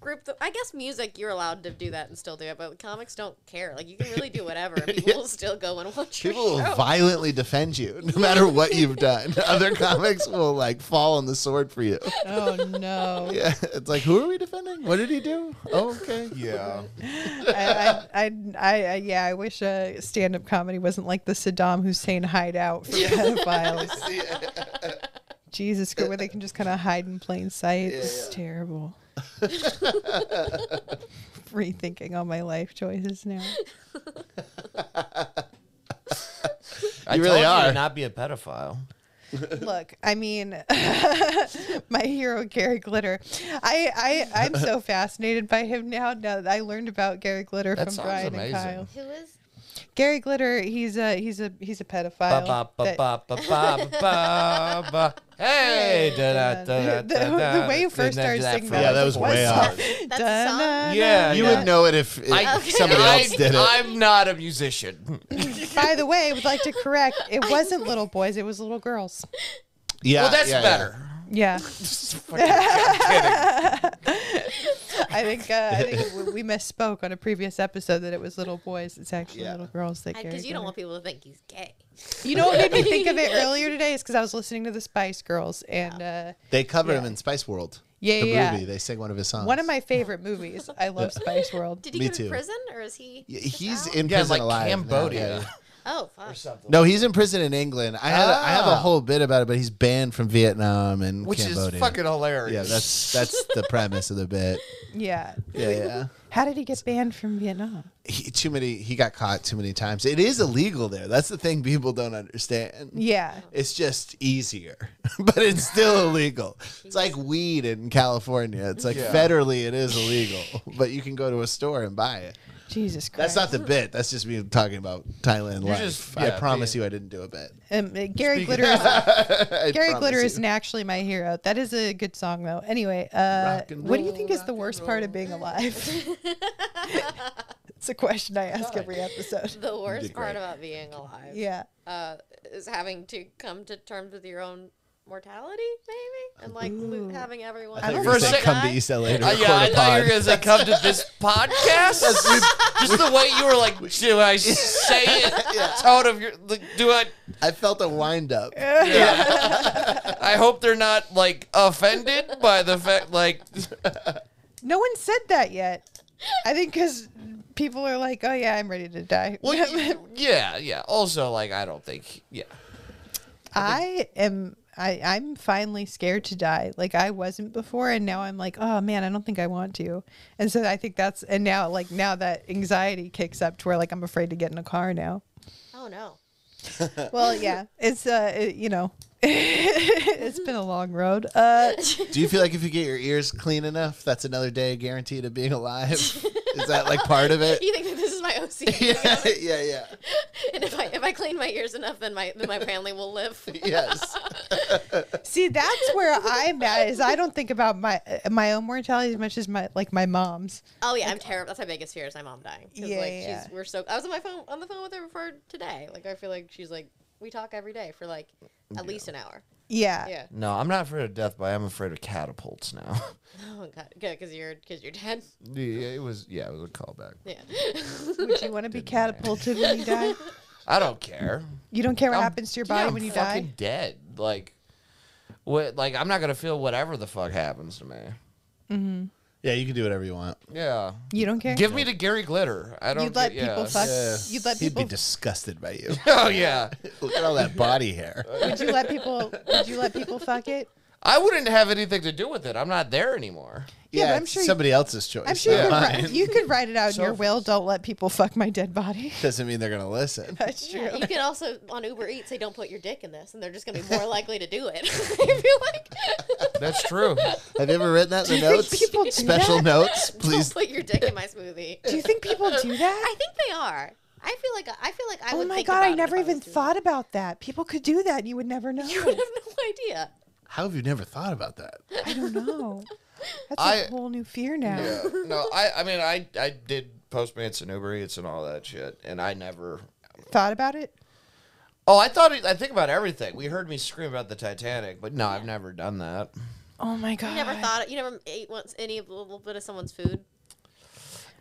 group that I guess music you're allowed to do that and still do it, but comics don't care. Like you can really do whatever, and people will still go and watch your
People will
show.
violently defend you no matter what you've done. Other comics will like fall on the sword for you.
Oh, no.
Yeah, it's like who are we defending? What did he do? Oh, okay.
Yeah.
I, I, I, I, I- yeah, I wish uh, stand-up comedy wasn't like the Saddam Hussein hideout for pedophiles. Jesus, where they can just kind of hide in plain sight. It's terrible. Rethinking all my life choices now.
I
You really
told
are.
to not be a pedophile.
Look, I mean, my hero Gary Glitter. I, I, I'm so fascinated by him now. Now that I learned about Gary Glitter
That
from
sounds
Brian and
amazing.
Kyle.
Who is?
Gary Glitter, he's a, he's a, he's a pedophile.
Ba, ba,
that-
ba, ba, ba, ba, ba. Hey, da, da, da,
The-
da, da,
the
da.
way you first
Then
started
that
singing
fell
that
Yeah, that
off
was
the
way
voice.
off.
That's a song?
Dun-
Yeah,
You
yeah.
would know it if, if somebody
I-
else did it.
I'm not a musician.
By the way, I would like to correct. It wasn't little boys. It was little girls.
yeah,
well, that's
yeah, yeah.
better.
Yeah,
Fucking
I think uh, I think we- we misspoke on a previous episode that it was little boys. It's actually
Yeah.
little girls that. Gary
Because you don't
Glitter-
want people to think he's gay.
You know what made me think of it earlier today is because I was listening to the Spice Girls and uh,
They cover him
Yeah.
in Spice World.
Yeah,
the
yeah,
movie.
yeah.
They sing one of his songs.
uh, one of my favorite movies. I love Spice World.
Did he
Me
go to
too.
prison or is he?
Yeah,
just
he's
out?
in
Yeah,
prison
like
alive now,
Cambodia.
yeah.
Oh fuck.
or something.
No, he's in prison in England. I had a, I have a
Ah.
whole bit about it, but he's banned from Vietnam and
Which
Cambodia.
is fucking hilarious.
yeah, that's that's the premise of the bit.
Yeah.
Yeah, yeah.
How did he get banned from Vietnam?
He, too many. He got caught too many times. It is illegal there. That's the thing people don't understand.
Yeah.
It's just easier, but it's still illegal. It's like weed in California. It's like
Yeah.
federally it is illegal, but you can go to a store and buy it.
Jesus Christ.
That's not the bit. That's just me talking about Thailand
You're
life.
just-
I
yeah,
promise
being-
you, I didn't do a bit.
Um, uh, Gary Glitter is
I
Gary
promise
Glitter
you.
isn't actually my hero. That is a good song though. Anyway, uh,
Rock and
what do you
roll,
think is
rock
the
and
worst part of being alive? it's a question I ask every episode.
The worst
did
part
great.
about being alive
Yeah.
uh, is having to come to terms with your own mortality, maybe, and like lo- having everyone.
I thought you
For
were
a
gonna say
second-
come to East LA to
Uh,
record
yeah, I thought
a
you
pod.
were gonna say come to this podcast. Just the way you were like, do I say it out of your? Like, do I?
I felt a wind up.
I hope they're not like offended by the fact. Like,
No one said that yet. I think because people are like, oh yeah, I'm ready to die.
well, y- yeah, yeah. Also, like, I don't think. Yeah,
I am. I, I'm finally scared to die. Like I wasn't before, and now I'm like, oh man, I don't think I want to. And so I think that's and now like now that anxiety kicks up to where like I'm afraid to get in a car now.
Oh no.
Well, yeah, it's uh, it- you know, it's been a long road. Uh,
Do you feel like if you get your ears clean enough, that's another day guaranteed of being alive? Is that like part of it?
You think that this is my OC?
Yeah, yeah, yeah.
and if I if I clean my ears enough, then my then my family will live.
Yes.
see, that's where I'm at. Is I don't think about my my own mortality as much as my like my mom's.
Oh yeah, I'm terrible. That's my biggest fear is my mom dying. 'Cause,
Yeah,
like,
yeah,
she's
yeah.
we're so. I was on my phone on the phone with her before today. Like I feel like she's like we talk every day for like at least an hour.
Yeah.
Yeah.
No, I'm not afraid of death, but I'm afraid of catapults now.
Oh god. Good because you're because you're dead.
yeah, it was yeah, it was a callback.
Yeah.
Would you want to be catapulted when you die?
I don't care.
You don't care what
I'm-
happens to your body
yeah, I'm
when you
fucking
die.
Dead. Like, what? Like I'm not gonna feel whatever the fuck happens to me.
Yeah, you can do whatever you want.
Yeah.
You don't care.
Give me the Gary Glitter. I don't.
You'd let
yeah.
people fuck.
Yeah.
You'd let
He'd
people.
be disgusted by you.
Oh yeah.
Look at all that body hair.
would you let people? Would you let people fuck it?
I wouldn't have anything to do with it. I'm not there anymore.
Yeah, but I'm
it's
sure you-
somebody else's choice.
I'm sure you could,
not mine.
write, you could write it out in your
Selfish.
will. Don't let people fuck my dead body.
Doesn't mean they're gonna listen.
That's true.
Yeah, you can also on Uber Eats say don't put your dick in this, and they're just gonna be more likely to do it. I feel like
That's true.
Have you ever written that in the notes?
people do
Special
that?
notes,
don't
please.
put your dick in my smoothie.
Do you think people do that?
I think they are. I feel like I feel like I
Oh
would.
my
think
god, I
about it
never
if was
even
doing
thought about that. People could do that and you would never know.
it. You would have no idea.
How have you never thought about that?
I don't know. That's a
I-
whole new fear now.
Yeah. No, I. I mean, I. I did Postmates and Uber Eats and all that shit, and I never.
Thought about it?
Oh, I thought it, I think about everything. We heard me scream about the Titanic, but no, I've never done that.
Oh my god.
You never thought you never ate once any of- little bit of someone's food.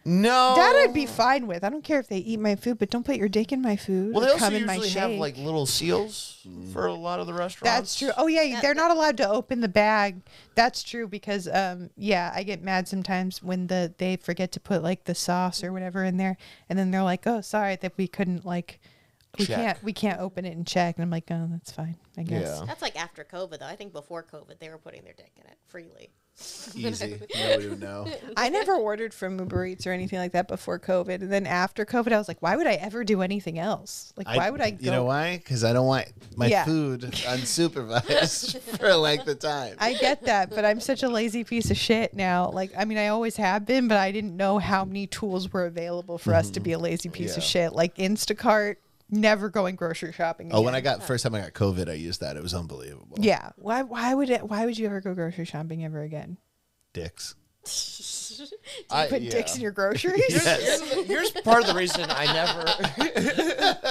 No,
That I'd
Oh.
be fine with. I don't care if they eat my food, but don't put your dick in my food
Well, they
or
also
come in my
usually have
shake.
like little seals for a lot of the restaurants.
That's true. Oh yeah, they're not allowed to open the bag. That's true because um yeah, I get mad sometimes when the they forget to put like the sauce or whatever in there and then they're like, "Oh, sorry that we couldn't like we
Check.
can't we can't open it and check." And I'm like, "Oh, that's fine. I guess."
Yeah.
That's like after COVID though. I think before COVID they were putting their dick in it freely.
Easy. Nobody would know.
I never ordered from Uber Eats or anything like that before COVID. And then after COVID, I was like, "Why would I ever do anything else? Like, why would I go
You know why? Because I don't want my
Yeah.
food unsupervised for a length of time.
I get that, but I'm such a lazy piece of shit now. Like, I mean, I always have been, but I didn't know how many tools were available for us to be a lazy piece of
Yeah.
shit. Like Instacart, never going grocery shopping.
oh, when I
again.
got first time I got COVID, I used that. It was unbelievable.
yeah. Why? Why would it? Why would you ever go grocery shopping ever again?
Dicks. Uh,
I,
Put
yeah.
dicks in your groceries.
Here's part of the reason I never.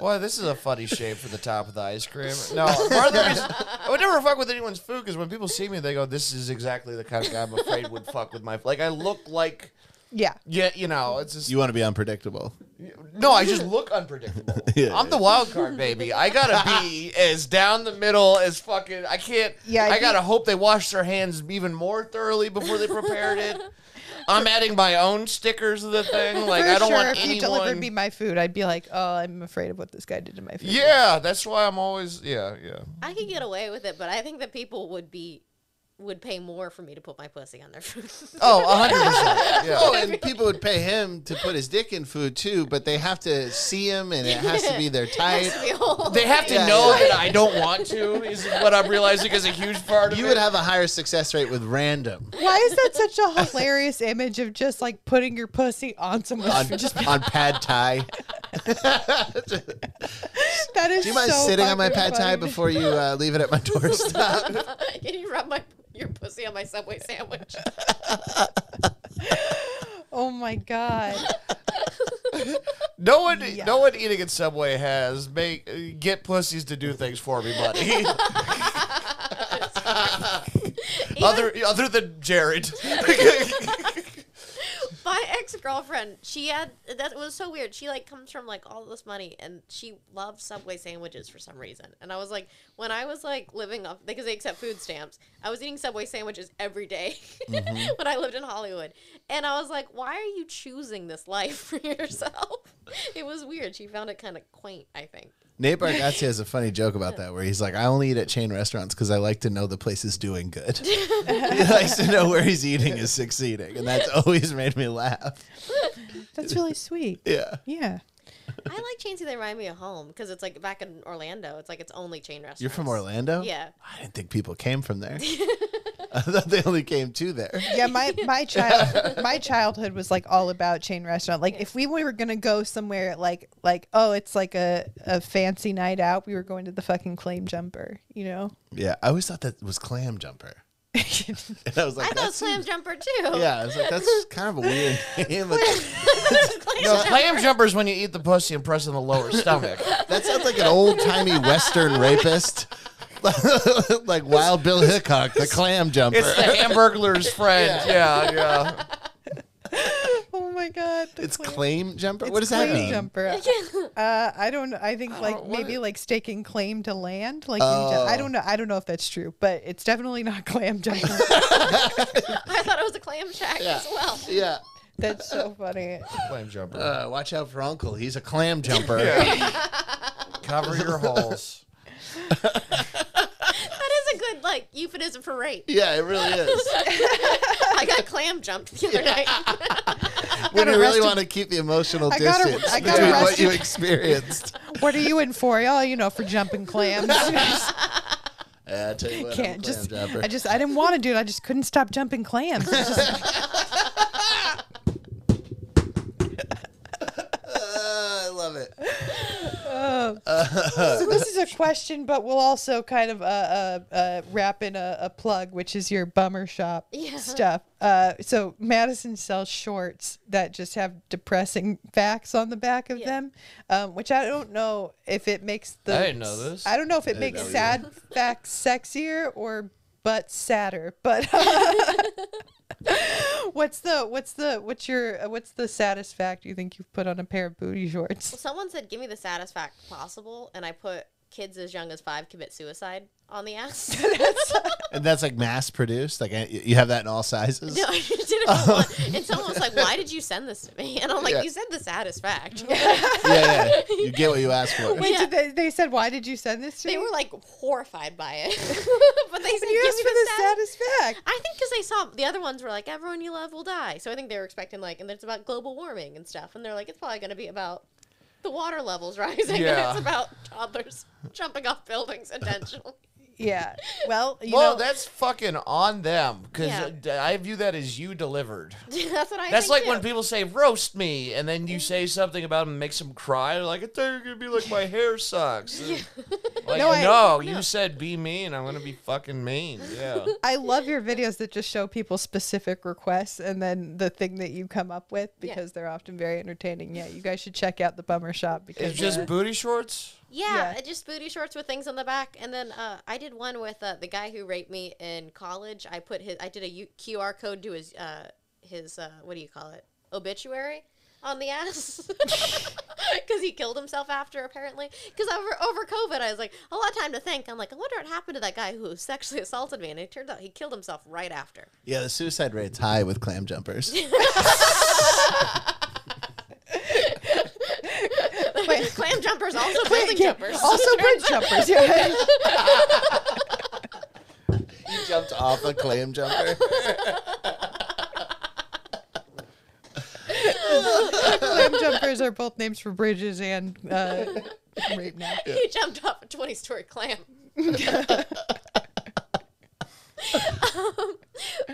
Well, this is a funny shape for the top of the ice cream. No, part of the reason I would never fuck with anyone's food because when people see me, they go, "This is exactly the kind of guy I'm afraid would fuck with my." Like I look like,
Yeah.
yeah, you know, it's just
You want to be unpredictable.
No, I just look unpredictable.
Yeah.
I'm the wild card, baby. I gotta be as down the middle as fucking. I can't.
Yeah,
Yeah,
I
I,
think-
gotta hope they wash their hands even more thoroughly before they prepared it. I'm adding my own stickers to the thing. Like
For
I don't
sure,
want
if
anyone.
you delivered me my food, I'd be like, "Oh, I'm afraid of what this guy did to my food."
yeah, that's why I'm always. Yeah, yeah.
I could get away with it, but I think that people would be would pay more for me to put my pussy on their food.
Oh, hundred percent. Yeah.
Oh, and people would pay him to put his dick in food too, but they have to see him and it has to be their type.
They have to
Yeah,
know
yeah.
that I don't want to. Is what I'm realizing is a huge part of
You
it.
would have a higher success rate with random
Why is that such a hilarious image of just like putting your pussy on someone's
on,
food? Just,
on pad thai.
that is
Do you mind
so
sitting on my
fucking
pad thai
funny.
before you uh, leave it at my doorstep?
Can you rub my your pussy on my Subway sandwich?
Oh my god.
No one, no one eating at Subway has make get pussies to do things for me, buddy. other other than Jared,
my ex-girlfriend she had that was so weird she like comes from like all this money and she loves subway sandwiches for some reason and i was like when i was like living off because they accept food stamps i was eating subway sandwiches every day
Mm-hmm.
when i lived in hollywood and i was like why are you choosing this life for yourself it was weird she found it kind of quaint i think
Nate Bargatze has a funny joke about that where he's like, I only eat at chain restaurants because I like to know the place is doing good. he likes to know where he's eating is succeeding. And that's always made me laugh.
That's really sweet.
Yeah.
Yeah.
I like chains because they remind me of home because it's like back in Orlando. It's like it's only chain restaurants.
You're from Orlando?
Yeah.
I didn't think people came from there. I thought they only came to there.
Yeah, my my child my childhood was like all about chain restaurant. Like if we were gonna go somewhere like like oh it's like a, a fancy night out, we were going to the fucking claim jumper, you know?
Yeah. I always thought that was clam jumper. And I was
I
like,
thought
that's
Slam Jumper too.
yeah, I was like, that's kind of a weird name. Like,
Clam
No,
Jumper.
clam jumpers when you eat the pussy and press in the lower stomach.
that sounds like an old timey Western rapist. like Wild Bill Hickok, the clam jumper.
It's the hamburglar's friend. Yeah, yeah.
Oh my god. the
It's
claim-
claim jumper.
it's
what does that
claim
mean?
Jumper. Uh, I don't. know. I think like
don't- what
maybe
it-
like staking claim to land. Like you ju- I
Oh.
don't know. I don't know if that's true, but it's definitely not clam jumper.
I thought it was a clam shack as well.
Yeah.
that's so funny.
Clam jumper.
Uh, watch out for Uncle. He's a clam jumper.
yeah. Cover your holes.
That is a good like euphemism for rape.
Yeah, it really is.
I got clam jumped the other night.
when you really
arrested-
want to keep the emotional
I got ar-
distance
I got
between what
arrested-
you experienced.
What are you in for, y'all? You know, for jumping clams.
Yeah, I tell you what, I'm a
Can't
clam
just.
jumper.
I just. I didn't want to do it. I just couldn't stop jumping clams. It's just-
Uh, I love it.
so this is a question, but we'll also kind of uh, uh, uh, wrap in a, a plug, which is your bummer shop
Yeah.
stuff. Uh, so Madison sells shorts that just have depressing facts on the back of
Yeah.
them, um, which I don't know if it makes the.
I didn't know this.
I don't know if it makes sad facts sexier or but sadder. But uh, what's the what's the what's your uh, what's the saddest fact you think you've put on a pair of booty shorts?
Someone said, "Give me the saddest fact possible," and I put kids as young as five commit suicide on the ass.
And that's like mass produced. Like eh, you have that in all sizes.
No, I did it for one. And someone was like, "Why did you send this to me?" And I'm like,
Yeah.
"You said the saddest fact."
Yeah, yeah. You get what you ask for.
Wait,
Yeah.
did they, they said why did you send this to
they
me?
were like horrified by it, but they said,
And you
"Give
asked
me
for the
saddest
saddest fact.
I think because they saw the other ones were like everyone you love will die, so I think they were expecting like, and it's about global warming and stuff, and they're like it's probably going to be about the water levels rising,
Yeah.
and it's about toddlers jumping off buildings intentionally.
Yeah. Well, you
well,
know,
that's fucking on them because
Yeah.
I view that as you delivered.
That's what I.
That's
think
like
too.
when people say roast me, and then you say something about them and makes them cry. They're like, I thought you were gonna be like my hair sucks. Like,
No,
no,
I-
you said be mean. I'm gonna be fucking mean. Yeah.
I love your videos that just show people specific requests and then the thing that you come up with
Yeah.
because they're often very entertaining. Yeah, you guys should check out the Bummer Shop because
It's just
uh,
booty shorts.
Yeah,
Yeah.
uh, just booty shorts with things on the back. And then uh, I did one with uh, the guy who raped me in college. I put his, I did a U- QR code to his, uh, his, uh, what do you call it, obituary on the ass. Because he killed himself after, apparently. Because over, over COVID, I was like, a lot of time to think. I'm like, I wonder what happened to that guy who sexually assaulted me. And it turns out he killed himself right after.
Yeah, the suicide rate's high with clam jumpers.
Clam jumpers, also building
Yeah,
jumpers.
also bridge jumpers. Yeah.
you jumped off a clam jumper.
Clam jumpers are both names for bridges and uh, rape now.
He jumped off a 20 story clam. Um,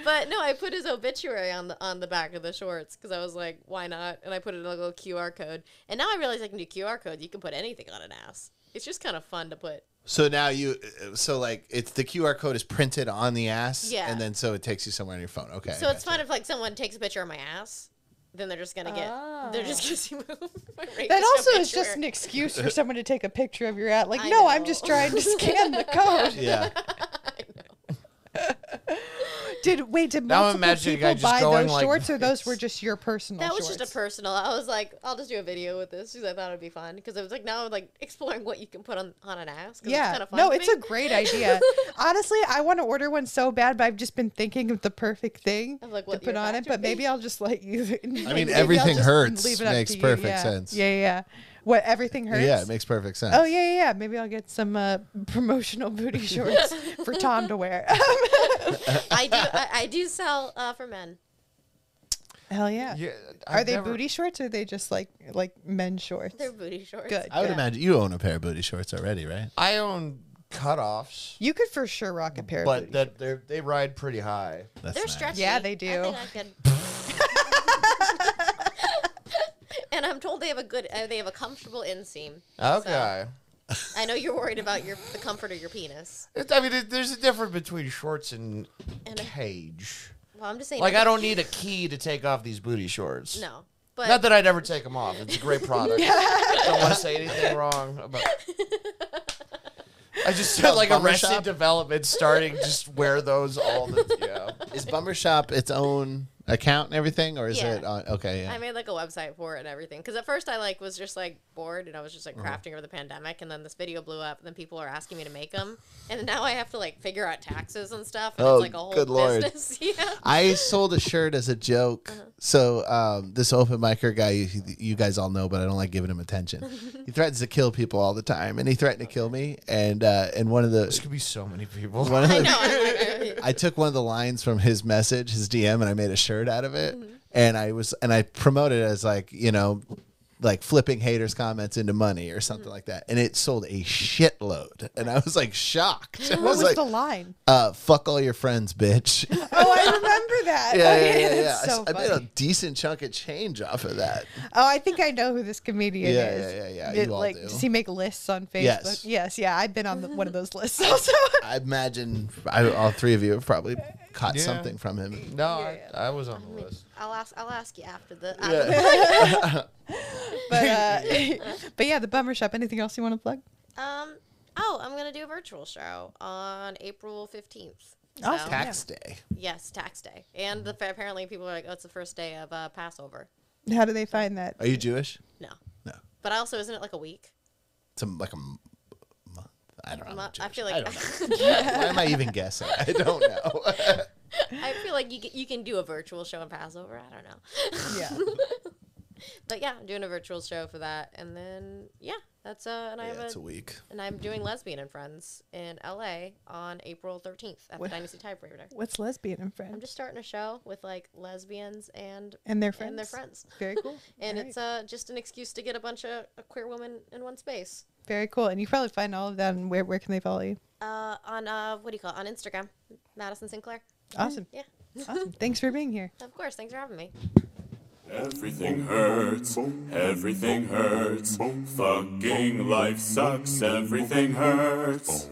but no, I put his obituary on the on the back of the shorts because I was like, why not? And I put in a little QR code. And now I realize I can do QR codes. You can put anything on an ass. It's just kind of fun to put.
So now you, eh, so like it's the QR code is printed on the ass,
Yeah.
and then so it takes you somewhere on your phone. Okay.
So it's
gotcha.
fun if like someone takes a picture of my ass, then they're just gonna get they're just gonna see my rape
Ah. That
a
also is just
picture.
an excuse for someone to take a picture of your ass. Like,
I
no, I'm
know.
just trying to scan the code.
Yeah.
I know.
Did wait? Did
Now I'm
multiple
imagining a guy
people
just
buy
going
those
like
shorts, or those
this.
were just your personal?
That was
shorts?
just a personal. I was like, I'll just do a video with this because I thought it'd be fun. Because I was like, now I'm like exploring what you can put on, on an ass. 'cause
Yeah.
it's kinda fun
no,
to
it's
me.
a great idea. Honestly, I want to order one so bad, but I've just been thinking of the perfect thing
Of, like,
to
what
put
your
on it.
factor
But maybe I'll just let you. I
mean, everything hurts. Makes perfect
yeah.
sense.
Yeah, yeah. What everything hurts.
Yeah, it makes perfect sense.
Oh yeah, yeah, yeah. Maybe I'll get some uh, promotional booty shorts for Tom to wear.
I do. I, I do sell uh, for men.
Hell yeah.
Yeah,
Uh, are
I've
they
never-
booty shorts or are they just like like men's shorts?
They're booty shorts.
Good.
I would
good.
imagine you own a pair of booty shorts already, right?
I own cutoffs,
You could for sure rock a pair of
but
booty
that they they ride pretty high.
That's
They're
nice.
stretchy.
Yeah, they
I
do.
think I could. and I'm told they have a good. Uh, they have a comfortable inseam.
Okay.
I know you're worried about your the comfort of your penis.
It- I mean, it, there's a difference between shorts and,
And a-
cage.
Well, I'm just saying.
Like, I don't need a key to take off these booty shorts.
No, but
Not that I'd ever take them off. It's a great product. don't want to say anything wrong about. I just said like
Bummer
Arrested
shop?
Development starting just wear those all the yeah.
Is Bummer Shop its own account and everything, or is
Yeah.
it on? Okay, yeah.
I made like a website for it and everything. Because at first I like was just like bored and I was just
Mm-hmm.
like crafting over the pandemic, and then this video blew up, and then people are asking me to make them, and now I have to like figure out taxes and stuff. And
Oh,
it's like a whole
good lord.
business. yeah.
I sold a shirt as a joke.
Uh-huh.
So um, this open micer guy, you, you guys all know, but I don't like giving him attention. he threatens to kill people all the time, and he threatened to kill me. And uh, and one of
This
the
could be so many people.
one of
I
the
know. I'm like,
I took one of the lines from his message, his DM, and I made a shirt out of it.
Mm-hmm.
And I was and I promoted it as like, you know, like flipping haters' comments into money or
Mm-hmm.
something like that. And it sold a shitload. And I was like shocked. I
What was
like,
the line?
uh, fuck all your friends, bitch. yeah,
Oh, I remember that.
yeah,
Oh,
yeah.
that's
yeah. I s-
so
I, made a
funny.
decent chunk of change off of that.
Oh, I think I know who this comedian
Yeah,
is.
yeah, yeah, yeah.
Did,
You all
like,
do.
does he make lists on Facebook?
Yes.
yes yeah. I've been on the, one of those lists also.
I imagine I, all three of you have probably caught
Yeah.
something from him.
No, I, I was on the list.
I'll ask. I'll ask you after the. After the
Yeah.
but uh, but yeah, the bummer shop. Anything else you want to plug?
Um. Oh, I'm gonna do a virtual show on April fifteenth.
Awesome.
Oh, Tax day.
Yes, tax day, and the, apparently people are like, "Oh, it's the first day of uh, Passover."
How do they find that?
Are you Jewish?
No,
No.
but also isn't it like a week?
It's a, like a m- month. I don't know. I'm
Mo-
not
I
Jewish.
feel like
don't know. Why am I even guessing? I don't know.
I feel like you get, you can do a virtual show on Passover. I don't know,
Yeah.
but yeah, I'm doing a virtual show for that, and then yeah, that's uh, and I
yeah,
have
it's
a,
a week.
and I'm doing Lesbian and Friends in L.A. on April thirteenth at the
Wha-
Dynasty Typewriter.
What's lesbian and
I'm
friends?
just starting a show with like lesbians and
and their friends.
and their friends.
Very cool.
and
All
it's
right.
uh, just an excuse to get a bunch of uh, queer women in one space
very cool. And you probably find all of that. And where where can they follow you?
uh, on uh, what do you call it? on Instagram, Madison Sinclair.
Awesome.
Yeah,
Awesome. Thanks for being here.
of course. Thanks for having me.
Everything hurts. Everything hurts. Fucking life sucks. Everything hurts.